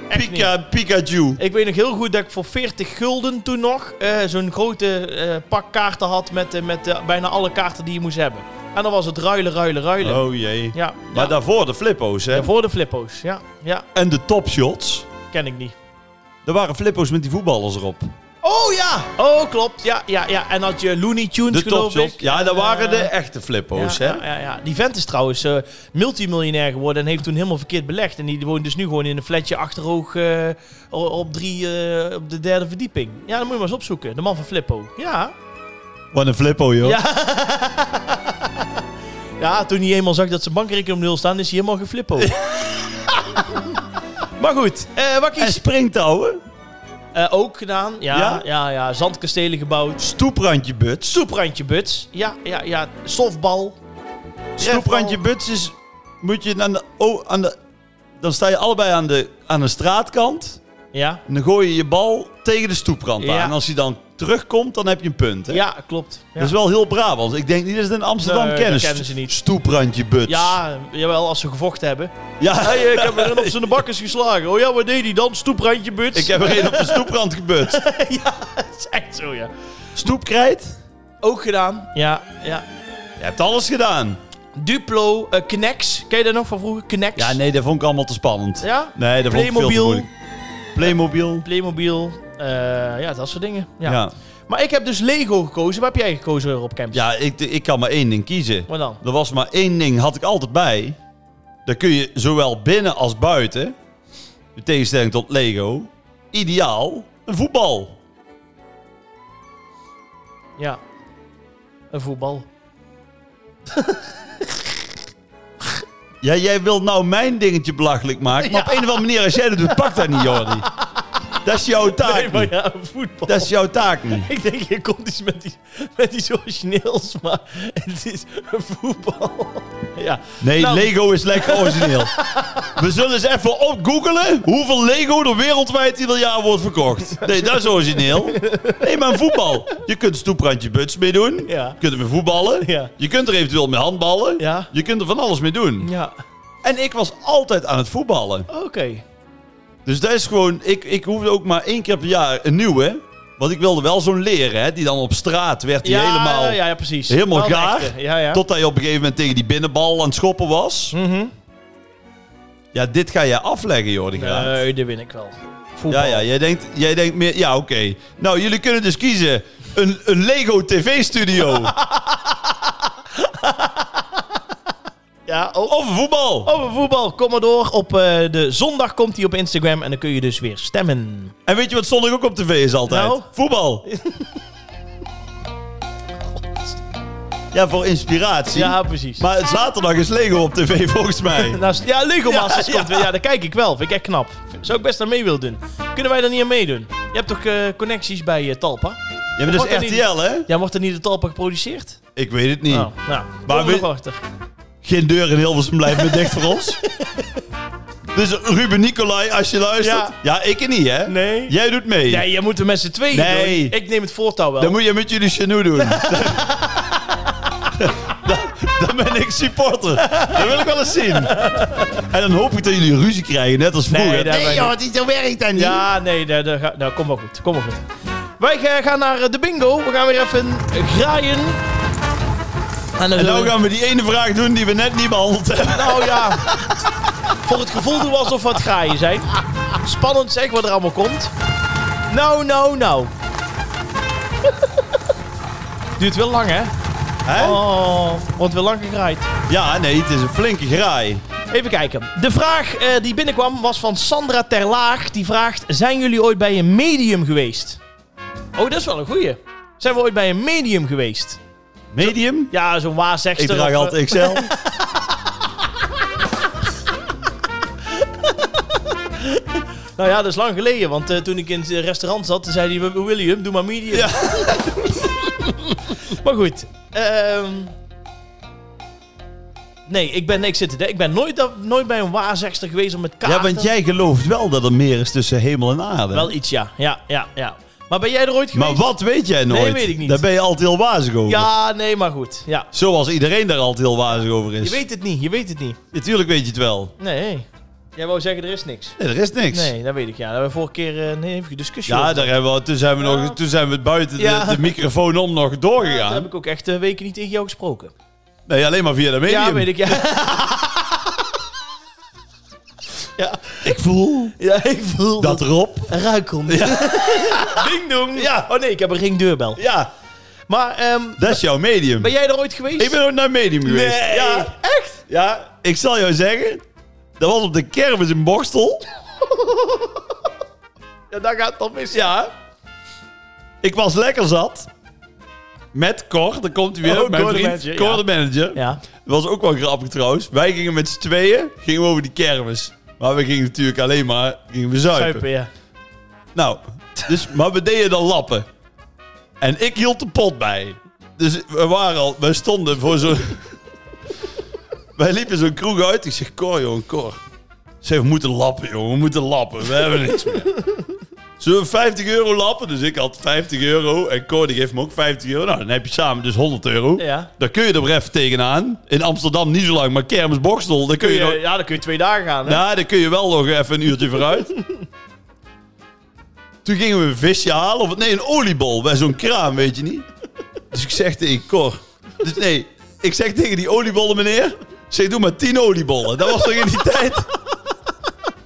A: Echt niet.
B: Pika, Pikachu.
A: Ik weet nog heel goed dat ik voor 40 gulden toen nog eh, zo'n grote eh, pak kaarten had met, eh, met eh, bijna alle kaarten die je moest hebben. En dan was het ruilen, ruilen, ruilen.
B: Oh jee.
A: Ja,
B: Maar
A: ja.
B: daarvoor de flippo's, hè?
A: Ja, voor de flippo's. Ja, ja,
B: En de topshots.
A: ken ik niet.
B: Er waren flippo's met die voetballers erop.
A: Oh ja! Oh, klopt. Ja, ja, ja. En had je Looney Tunes,
B: De
A: geloof
B: topshots.
A: ik.
B: Ja, dat
A: En,
B: waren de
A: eh,
B: echte flippo's,
A: ja,
B: hè?
A: Ja, ja, ja. Die vent is trouwens eh, multimiljonair geworden en heeft toen helemaal verkeerd belegd. En die woont dus nu gewoon in een flatje achterhoog eh, o- op, drie, eh, op de derde verdieping. Ja, dan moet je maar eens opzoeken. De man van Flippo. Ja.
B: Wat een flippo, joh.
A: Ja. ja, toen hij eenmaal zag dat zijn bankrekening op nul staan, is hij helemaal
B: [LAUGHS]
A: geflippo. maar goed, eh wat
B: En
A: kies
B: springtouwen.
A: Eh, Ook gedaan, ja,
B: Ja?
A: ja? ja, Zandkastelen gebouwd.
B: Stoeprandje buts.
A: Soeprandje buts. Ja, ja, ja. Softbal.
B: Stoeprandje buts is... Moet je aan de, oh, aan de... Dan sta je allebei aan de, aan de straatkant.
A: Ja.
B: En dan gooi je je bal tegen de stoeprand aan.
A: Ja.
B: En als hij dan terugkomt, dan heb je een punt. Hè?
A: ja, klopt. Ja.
B: Dat is wel heel Brabant. Ik denk niet dat ze het in Amsterdam
A: Nee, dat
B: kennen.
A: kennen ze niet.
B: Stoeprandje buts.
A: ja, jawel, als ze gevochten hebben.
B: Ja,
A: Hey, eh, ik heb er een op zijn bakkes geslagen. Oh ja, wat deed hij dan? Stoeprandje buts.
B: [LAUGHS] ik heb er een op de stoeprand gebutst.
A: ja, [LAUGHS] dat is echt zo, ja.
B: Stoepkrijt?
A: Ook gedaan. Ja, ja.
B: Je hebt alles gedaan.
A: Duplo, eh Knex. Ken je dat nog van vroeger? Knex.
B: Ja, nee, dat vond ik allemaal te spannend.
A: Ja?
B: Nee, dat vond ik veel te
A: Playmobil.
B: moeilijk. Playmobil.
A: Playmobil. eh, ja, dat soort dingen. Ja.
B: Ja, ja.
A: Maar ik heb dus Lego gekozen. Waar heb jij gekozen op Camps?
B: ik, ik kan maar één ding kiezen.
A: Wat dan?
B: Er was maar één ding, had ik altijd bij. Daar kun je zowel binnen als buiten, in tegenstelling tot Lego, ideaal een voetbal.
A: Ja. Een voetbal.
B: Ja, jij wilt nou mijn dingetje belachelijk maken,
A: [LAUGHS]
B: maar op een of andere manier, als jij dat doet, pak dat niet, Jordi. Dat is jouw taak
A: Nee, maar
B: niet.
A: ja, een voetbal.
B: Dat is jouw taak niet.
A: [LAUGHS] Ik denk, je komt iets met, die, met iets origineels, maar het is een voetbal. Ja.
B: Nee,
A: Nou.
B: Lego is lekker origineel. We zullen eens even op googelen hoeveel Lego er wereldwijd ieder jaar wordt verkocht. Nee, dat is origineel. Nee, maar voetbal. Je kunt stoeprandje buts mee doen.
A: Ja.
B: Je kunt er mee voetballen.
A: Ja.
B: Je kunt er eventueel mee handballen.
A: Ja.
B: Je kunt er van alles mee doen.
A: Ja.
B: En ik was altijd aan het voetballen.
A: Oké.
B: Dus dat is gewoon... Ik, ik hoefde ook maar één keer per jaar een nieuwe. Want ik wilde wel zo'n leren, hè. Die dan op straat werd die
A: Ja,
B: helemaal...
A: ja, ja, precies.
B: helemaal
A: Wel een
B: gaar.
A: echte. Ja, ja.
B: Totdat je op een gegeven moment tegen die binnenbal aan het schoppen was.
A: Mhm.
B: Ja, dit ga jij afleggen, joh, de graad.
A: Nee, dat win ik wel. Voetbal.
B: ja, ja, jij denkt, jij denkt meer... Ja, oké. Nou, jullie kunnen dus kiezen. Een, een Lego TV-studio.
A: [LAUGHS] Ja, oh.
B: of een voetbal.
A: Over voetbal, kom maar door. Op eh, de zondag komt hij op Instagram en dan kun je dus weer stemmen.
B: En weet je wat zondag ook op tv is altijd?
A: Nou? [LAUGHS]
B: Voetbal. ja, voor inspiratie.
A: Ja, Nou, precies.
B: Maar zaterdag is Lego op tv, volgens
A: [LAUGHS]
B: mij.
A: Naast, ja, Lego Masters
B: Ja,
A: komt
B: ja.
A: weer. Ja, daar kijk ik wel. Vind ik echt knap. Zou ik best aan mee willen doen. Kunnen wij daar niet aan meedoen? Je hebt toch eh, connecties bij eh, Talpa?
B: Ja, maar dat
A: Wordt
B: is
A: er niet-
B: RTL, hè?
A: Ja, wordt er niet de talpa geproduceerd?
B: Ik weet het niet.
A: Oh, nou,
B: Hm. Maar
A: maar
B: we-
A: we...
B: Geen deur in Hilversum blijft meer dicht voor
A: [LAUGHS]
B: ons. Dus Ruben Nicolai, als je luistert. Ja,
A: Ja.
B: ik en niet, hè?
A: Nee.
B: Jij doet mee.
A: Ja, je moet er met z'n tweeën
B: Nee.
A: doen. Ik neem het voortouw wel.
B: Dan moet je met jullie genoeg
A: [LAUGHS]
B: doen. [LAUGHS] dan, dan ben ik supporter. Dat wil ik wel eens zien. En dan hoop ik dat jullie ruzie krijgen, net als vroeger.
A: daar ben ik-
B: die, zo werkt dat niet.
A: Ja, nee, daar, daar ga- nou, kom wel goed. Kom wel goed. Wij eh, gaan naar eh, de bingo. We gaan weer even graaien. En dan
B: En
A: zullen
B: nou
A: we-
B: gaan we die ene vraag doen die we net niet behandeld
A: [LAUGHS]
B: hebben.
A: Nou ja, voor het gevoel doen we alsof we aan het graaien zijn. Spannend zeg wat er allemaal komt. Nou, nou, nou. Duurt wel lang, hè?
B: Hè?
A: Oh, wordt wel lang gegraaid.
B: Ja, nee, het is een flinke graai.
A: Even kijken. De vraag eh, die binnenkwam was van Sandra Terlaag. Die vraagt, zijn jullie ooit bij een medium geweest? Oh, dat is wel een goeie. Zijn we ooit bij een medium geweest?
B: Medium?
A: Ja, zo'n waarzegster.
B: Ik draag
A: of, eh,
B: altijd XL.
A: [LAUGHS] Nou ja, dat is lang geleden. Want eh, toen ik in het restaurant zat, zei hij... William, doe maar medium.
B: Ja.
A: [LAUGHS] maar goed. ehm, nee, ik ben, ik, zit, te denken, ik ben nooit, dat- nooit bij een waarzegster geweest om met kaarten.
B: Ja, want jij gelooft wel dat er meer is tussen hemel en aarde.
A: Wel iets, ja. Ja, ja, ja. Maar ben jij er ooit geweest?
B: maar wat weet jij nooit?
A: weet ik niet.
B: Daar ben je altijd heel wazig over.
A: Ja, nee, maar goed. Ja.
B: Zoals iedereen daar altijd heel wazig over is.
A: Je weet het niet, je weet het niet.
B: Natuurlijk weet je het wel.
A: Nee. Jij wou zeggen, er is niks.
B: Nee, er is niks.
A: Nee, dat weet ik, ja. Daar hebben we vorige keer eh, een hevige discussie
B: Ja,
A: over.
B: daar hebben we, toen, zijn we nog, toen zijn we buiten de-
A: Ja.
B: de, microfoon om nog
A: Daar
B: doorgegaan.
A: heb ik ook echt eh, weken niet tegen jou gesproken.
B: Nee, alleen maar via de medium.
A: Ja, weet ik, ja. ja.
B: Ik voel
A: Ja, ik voel
B: dat erop.
A: ruik komt. [LAUGHS] Ding dong.
B: Ja.
A: Oh nee, ik heb een ringdeurbel.
B: Ja,
A: Maar ehm,
B: dat is jouw medium.
A: ben jij er ooit geweest?
B: Ik ben ook naar medium geweest.
A: Nee.
B: Ja,
A: Echt?
B: ja, ik zal jou zeggen. Dat was op de kermis in Bokstel.
A: Ja, daar gaat het dan mis.
B: Ja. Ik was lekker zat. Met Cor, daar komt hij weer.
A: Oh,
B: mijn
A: Cor de
B: vriend,
A: manager,
B: Cor
A: ja.
B: de manager.
A: Ja.
B: Dat was ook wel grappig trouwens. Wij gingen met z'n tweeën gingen we over die kermis. Maar we gingen natuurlijk alleen maar gingen we zuipen.
A: Zuipen, ja.
B: Nou, dus, maar we deden dan lappen. En ik hield de pot bij. Dus we waren al, we stonden voor zo'n... [LAUGHS] wij liepen zo'n kroeg uit. Ik zeg, Cor, jongen, Cor. Ik zeg, we moeten lappen, jongen. We moeten lappen. We hebben niks meer. Zullen we 50 euro lappen? Dus ik had 50 euro. En Cor die geeft me ook 50 euro. Nou, dan heb je samen dus 100 euro.
A: Ja.
B: Daar kun je er bref tegenaan. In Amsterdam niet zo lang, maar Kermis Bokstel. Daar kun je, nou- nog-
A: ja, dan kun je twee dagen gaan. Hè?
B: nou, dan kun je wel nog even een uurtje
A: [LAUGHS]
B: vooruit. Toen gingen we een visje halen, of nee, een oliebol bij zo'n kraam, weet je niet. Dus ik zeg tegen Cor, dus nee, ik zeg tegen die oliebollen meneer, ik zeg doe maar tien oliebollen. Dat was toch in die [LAUGHS] tijd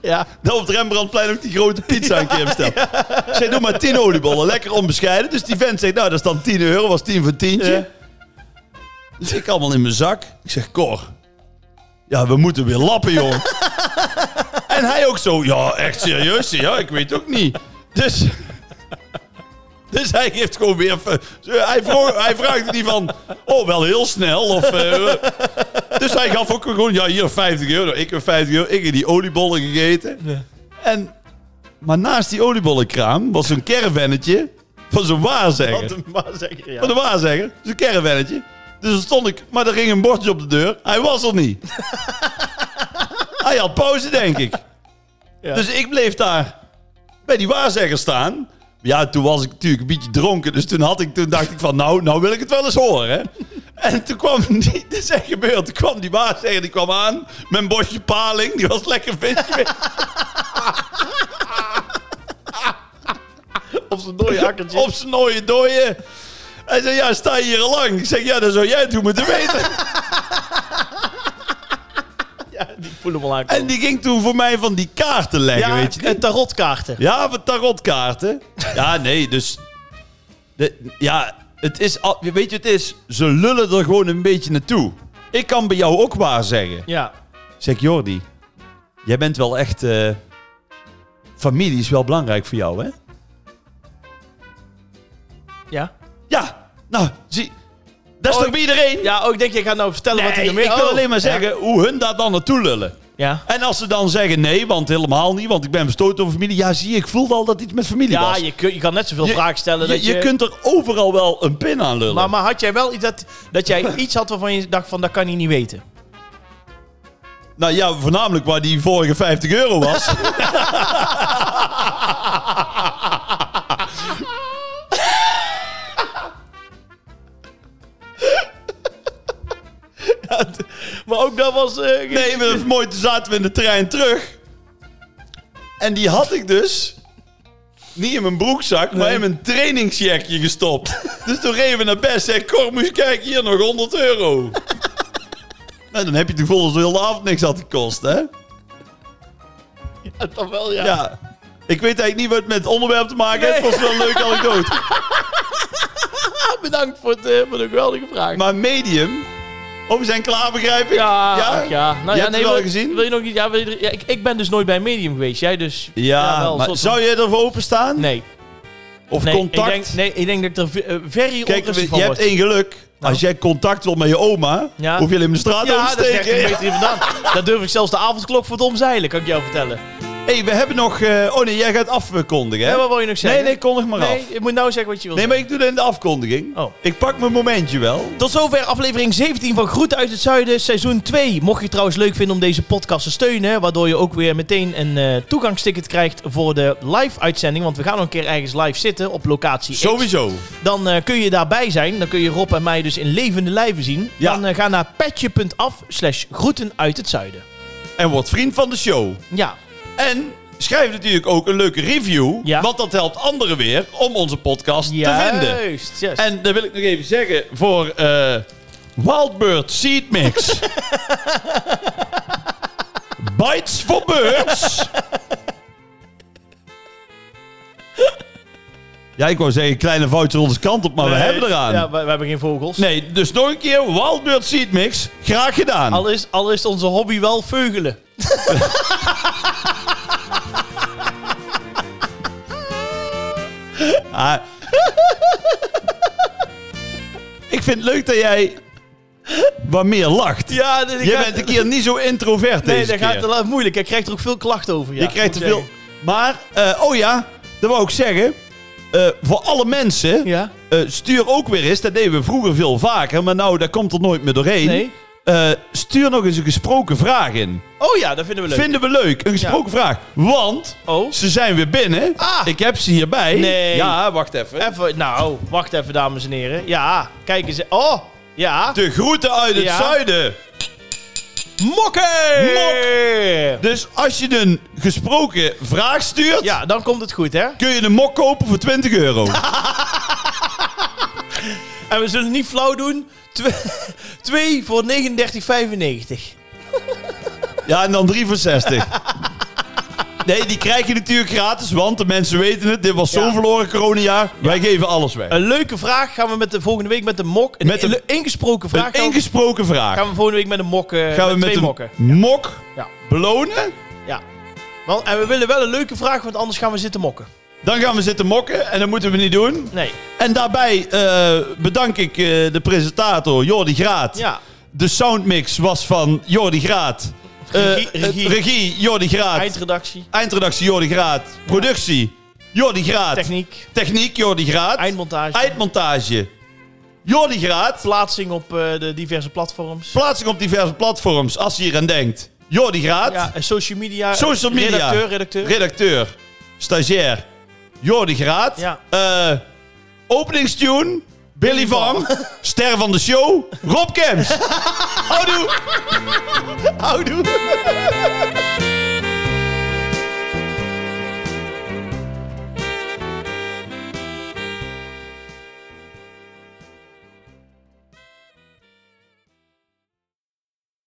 A: Ja.
B: dat op het Rembrandtplein ook die grote pizza een keer besteld. Ik zeg doe maar tien oliebollen, lekker onbescheiden. Dus die vent zegt, nou dat is dan 10 euro, was 10 voor tientje.
A: Ja.
B: Dus ik allemaal in mijn zak. Ik zeg, Cor, ja, we moeten weer lappen, joh. en hij ook zo, ja, echt serieus? Ja, ik weet ook niet. Dus, dus hij geeft gewoon weer... even- Hij, vroeg, hij vraagt niet van, oh, wel heel snel. Of, eh, dus hij gaf ook gewoon, ja, hier 50 euro. Ik heb 50 euro. Ik heb die oliebollen gegeten. En, maar naast die oliebollenkraam was zo'n caravannetje van zo'n waarzegger.
A: Wat een waarzegger, ja.
B: Van de waarzegger. Dus een caravannetje. Dus dan stond ik, maar er ging een bordje op de deur. Hij was er niet. Hij had pauze, denk ik.
A: Ja.
B: Dus ik bleef daar bij die waarzegger staan. Ja, toen was ik natuurlijk een beetje dronken. Dus toen, had ik, toen dacht ik van, nou, nou wil ik het wel eens horen. Hè? En toen kwam die, [LAUGHS] dit is echt gebeurd. Toen kwam die waarzegger, die kwam aan. Mijn bosje paling, die was lekker visje.
A: Op zijn dode akkertje.
B: Op zijn nooie dooien. Hij zei, ja, sta je hier al lang? Ik zeg, ja, dat zou jij het doen moeten weten.
A: die voelen wel aan.
B: En die ging toen voor mij van die kaarten leggen,
A: ja,
B: weet je.
A: eh, tarotkaarten.
B: Ja, van tarotkaarten. Ja, nee, dus... De, ja, het is... al- Weet je, het is... Ze lullen er gewoon een beetje naartoe. Ik kan bij jou ook waar zeggen.
A: Ja.
B: Zeg, Jordi. Jij bent wel echt... eh, familie is wel belangrijk voor jou, hè?
A: Ja.
B: Ja, nou, zie... Dat is
A: Oh,
B: toch bij iedereen?
A: Ja, oh, ik denk, jij gaat nou vertellen wat hij
B: Nee,
A: ermee
B: ik wil alleen maar zeggen hoe hun daar dan naartoe lullen.
A: Ja.
B: En als ze dan zeggen nee, want helemaal niet, want ik ben verstoten door familie. Ja, zie je, ik voelde al dat iets met familie
A: Ja,
B: was.
A: je, kun, je kan net zoveel
B: Je-
A: vragen stellen.
B: je,
A: dat
B: je kunt er overal wel een pin aan lullen.
A: maar, maar had jij wel iets dat, dat
B: [LAUGHS]
A: jij iets had waarvan je dacht van dat kan hij niet weten?
B: Nou ja, voornamelijk waar die vorige 50 euro
A: [LAUGHS]
B: was.
A: Maar ook dat was. eh, ge-
B: Nee, maar dat is mooi. Toen zaten we in de trein terug. En die had ik dus niet in mijn broekzak, maar in mijn trainingsjackje
A: [LAUGHS]
B: gestopt. Dus toen reden we naar best. Zeg, Cor, moet je kijken, hier nog
A: [LAUGHS]
B: 100 euro. nou, dan heb je het gevoel dat de hele avond niks had gekost, hè?
A: Ja, toch wel, ja.
B: Ja. Ik weet eigenlijk niet wat het met het onderwerp te maken heeft. Het was wel een leuke anekdote.
A: [LAUGHS] Ah, bedankt voor, het, eh, voor de geweldige vraag.
B: Maar medium... Oh, we zijn klaar, begrijp ik?
A: ja, ach, ja. Nou,
B: je hebt het wel
A: wil,
B: gezien?
A: Wil je nog iets? Ja, wil je- ja, ik, ik ben dus nooit bij Medium geweest. Jij dus.
B: Ja,
A: wel,
B: maar
A: soort
B: zou je ervoor openstaan?
A: van- Nee.
B: Of
A: nee
B: contact?
A: Ik denk, nee, ik denk dat ik er ve- eh, very
B: Kijk,
A: onrustig
B: je
A: van
B: hebt
A: word.
B: één geluk.
A: Nou.
B: Als jij contact wil met je oma,
A: Ja.
B: hoef je alleen maar de straat
A: ja,
B: over
A: dat
B: te
A: is 30
B: steken.
A: meter hier
B: [LAUGHS]
A: vandaan. Daar durf ik zelfs de avondklok voor het omzeilen, kan ik jou vertellen.
B: hey, we hebben nog... eh, oh nee, jij gaat afkondigen, hè?
A: Ja, wat wil je nog
B: nee,
A: zeggen?
B: nee, kondig maar af.
A: Nee, je moet nou zeggen wat je wil
B: Nee, maar ik doe dat in de afkondiging.
A: Oh.
B: Ik pak mijn momentje wel.
A: Tot zover aflevering 17 van Groeten uit het Zuiden, seizoen 2. Mocht je het trouwens leuk vinden om deze podcast te steunen, waardoor je ook weer meteen een eh, toegangsticket krijgt voor de live-uitzending, want we gaan nog een keer ergens live zitten op locatie X.
B: Sowieso.
A: Dan eh, kun je daarbij zijn, dan kun je Rob en mij dus in levende lijven zien.
B: Ja.
A: Dan eh, ga naar petje.af slash groeten uit het Zuiden.
B: En word vriend van de show.
A: Ja,
B: En schrijf natuurlijk ook een leuke review.
A: Ja.
B: Want dat helpt anderen weer om onze podcast te vinden.
A: Juist, juist.
B: En dan wil ik nog even zeggen voor eh Wildbird Seed [LAUGHS] Mix. Bites for Birds. Ja, ik wou zeggen, kleine foutje onze kant op, maar we
A: Nee,
B: hebben eraan.
A: Ja, we, we hebben geen vogels.
B: Nee, dus nog een keer Wildbird Seed Mix. Graag gedaan.
A: Al is, al is onze hobby wel veugelen.
B: Ah. ik vind het leuk dat jij wat meer lacht.
A: Ja, dat
B: Jij bent een keer niet zo introvert
A: Nee,
B: deze
A: dat
B: keer.
A: gaat te la- moeilijk. Ik krijg er ook veel klachten over. Ja,
B: je krijgt te
A: moet
B: veel.
A: zeggen.
B: Maar, eh, oh ja, dat wou ik zeggen. Eh, voor alle mensen,
A: Ja?
B: eh, stuur ook weer eens. Dat deden we vroeger veel vaker, maar nou, daar komt er nooit meer doorheen.
A: Nee?
B: Eh, stuur nog eens een gesproken vraag in.
A: Oh ja, dat vinden we leuk.
B: Vinden we leuk, een gesproken vraag. Want
A: Oh.
B: ze zijn weer binnen.
A: Ah.
B: Ik heb ze hierbij.
A: Nee.
B: Ja, wacht even.
A: Even, nou, wacht even, dames en heren. Ja, kijk eens. Oh, ja.
B: De groeten uit het
A: Ja.
B: zuiden.
A: Mokken! Mok!
B: Dus als je een gesproken vraag stuurt,
A: Ja, dan komt het goed, hè?
B: kun je een mok kopen voor 20 euro.
A: En we zullen niet flauw doen. [LAUGHS] 2 voor 39,95.
B: Ja, en dan 3 voor 60. Nee, die krijg je natuurlijk gratis, want de mensen weten het. Dit was zo'n
A: Ja.
B: verloren coronajaar. Wij geven alles weg.
A: Een leuke vraag gaan we met de, volgende week met de mok. Een
B: Met een-
A: le- ingesproken vraag.
B: Een
A: gaan we-
B: ingesproken vraag.
A: Gaan we volgende week met een mok. eh,
B: Gaan
A: met
B: we met
A: twee
B: een
A: mokken.
B: mok
A: Ja.
B: belonen?
A: Ja. Want, en we willen wel een leuke vraag, want anders gaan we zitten mokken.
B: Dan gaan we zitten mokken en dat moeten we niet doen.
A: Nee.
B: En daarbij eh, bedank ik eh, de presentator Jordi Graat.
A: Ja.
B: De soundmix was van Jordi Graat. Eh,
A: Regie-
B: eh,
A: regie.
B: regie Jordi Graat.
A: Eindredactie.
B: Eindredactie Jordi Graat. Productie Jordi Graat.
A: Techniek.
B: Techniek Jordi Graat.
A: Eindmontage.
B: Eindmontage. Jordi Graat.
A: Plaatsing op eh, de diverse platforms.
B: Plaatsing op diverse platforms, als je hier aan denkt. Jordi Graat.
A: Ja, en social media.
B: Social media.
A: Redacteur, redacteur.
B: Redacteur. Stagiair. Jordi Graat.
A: Ja.
B: Eh, openingstune. Billy van. Ster van de
A: [LAUGHS]
B: show. Rob Kems. Houdoe. Houdoe.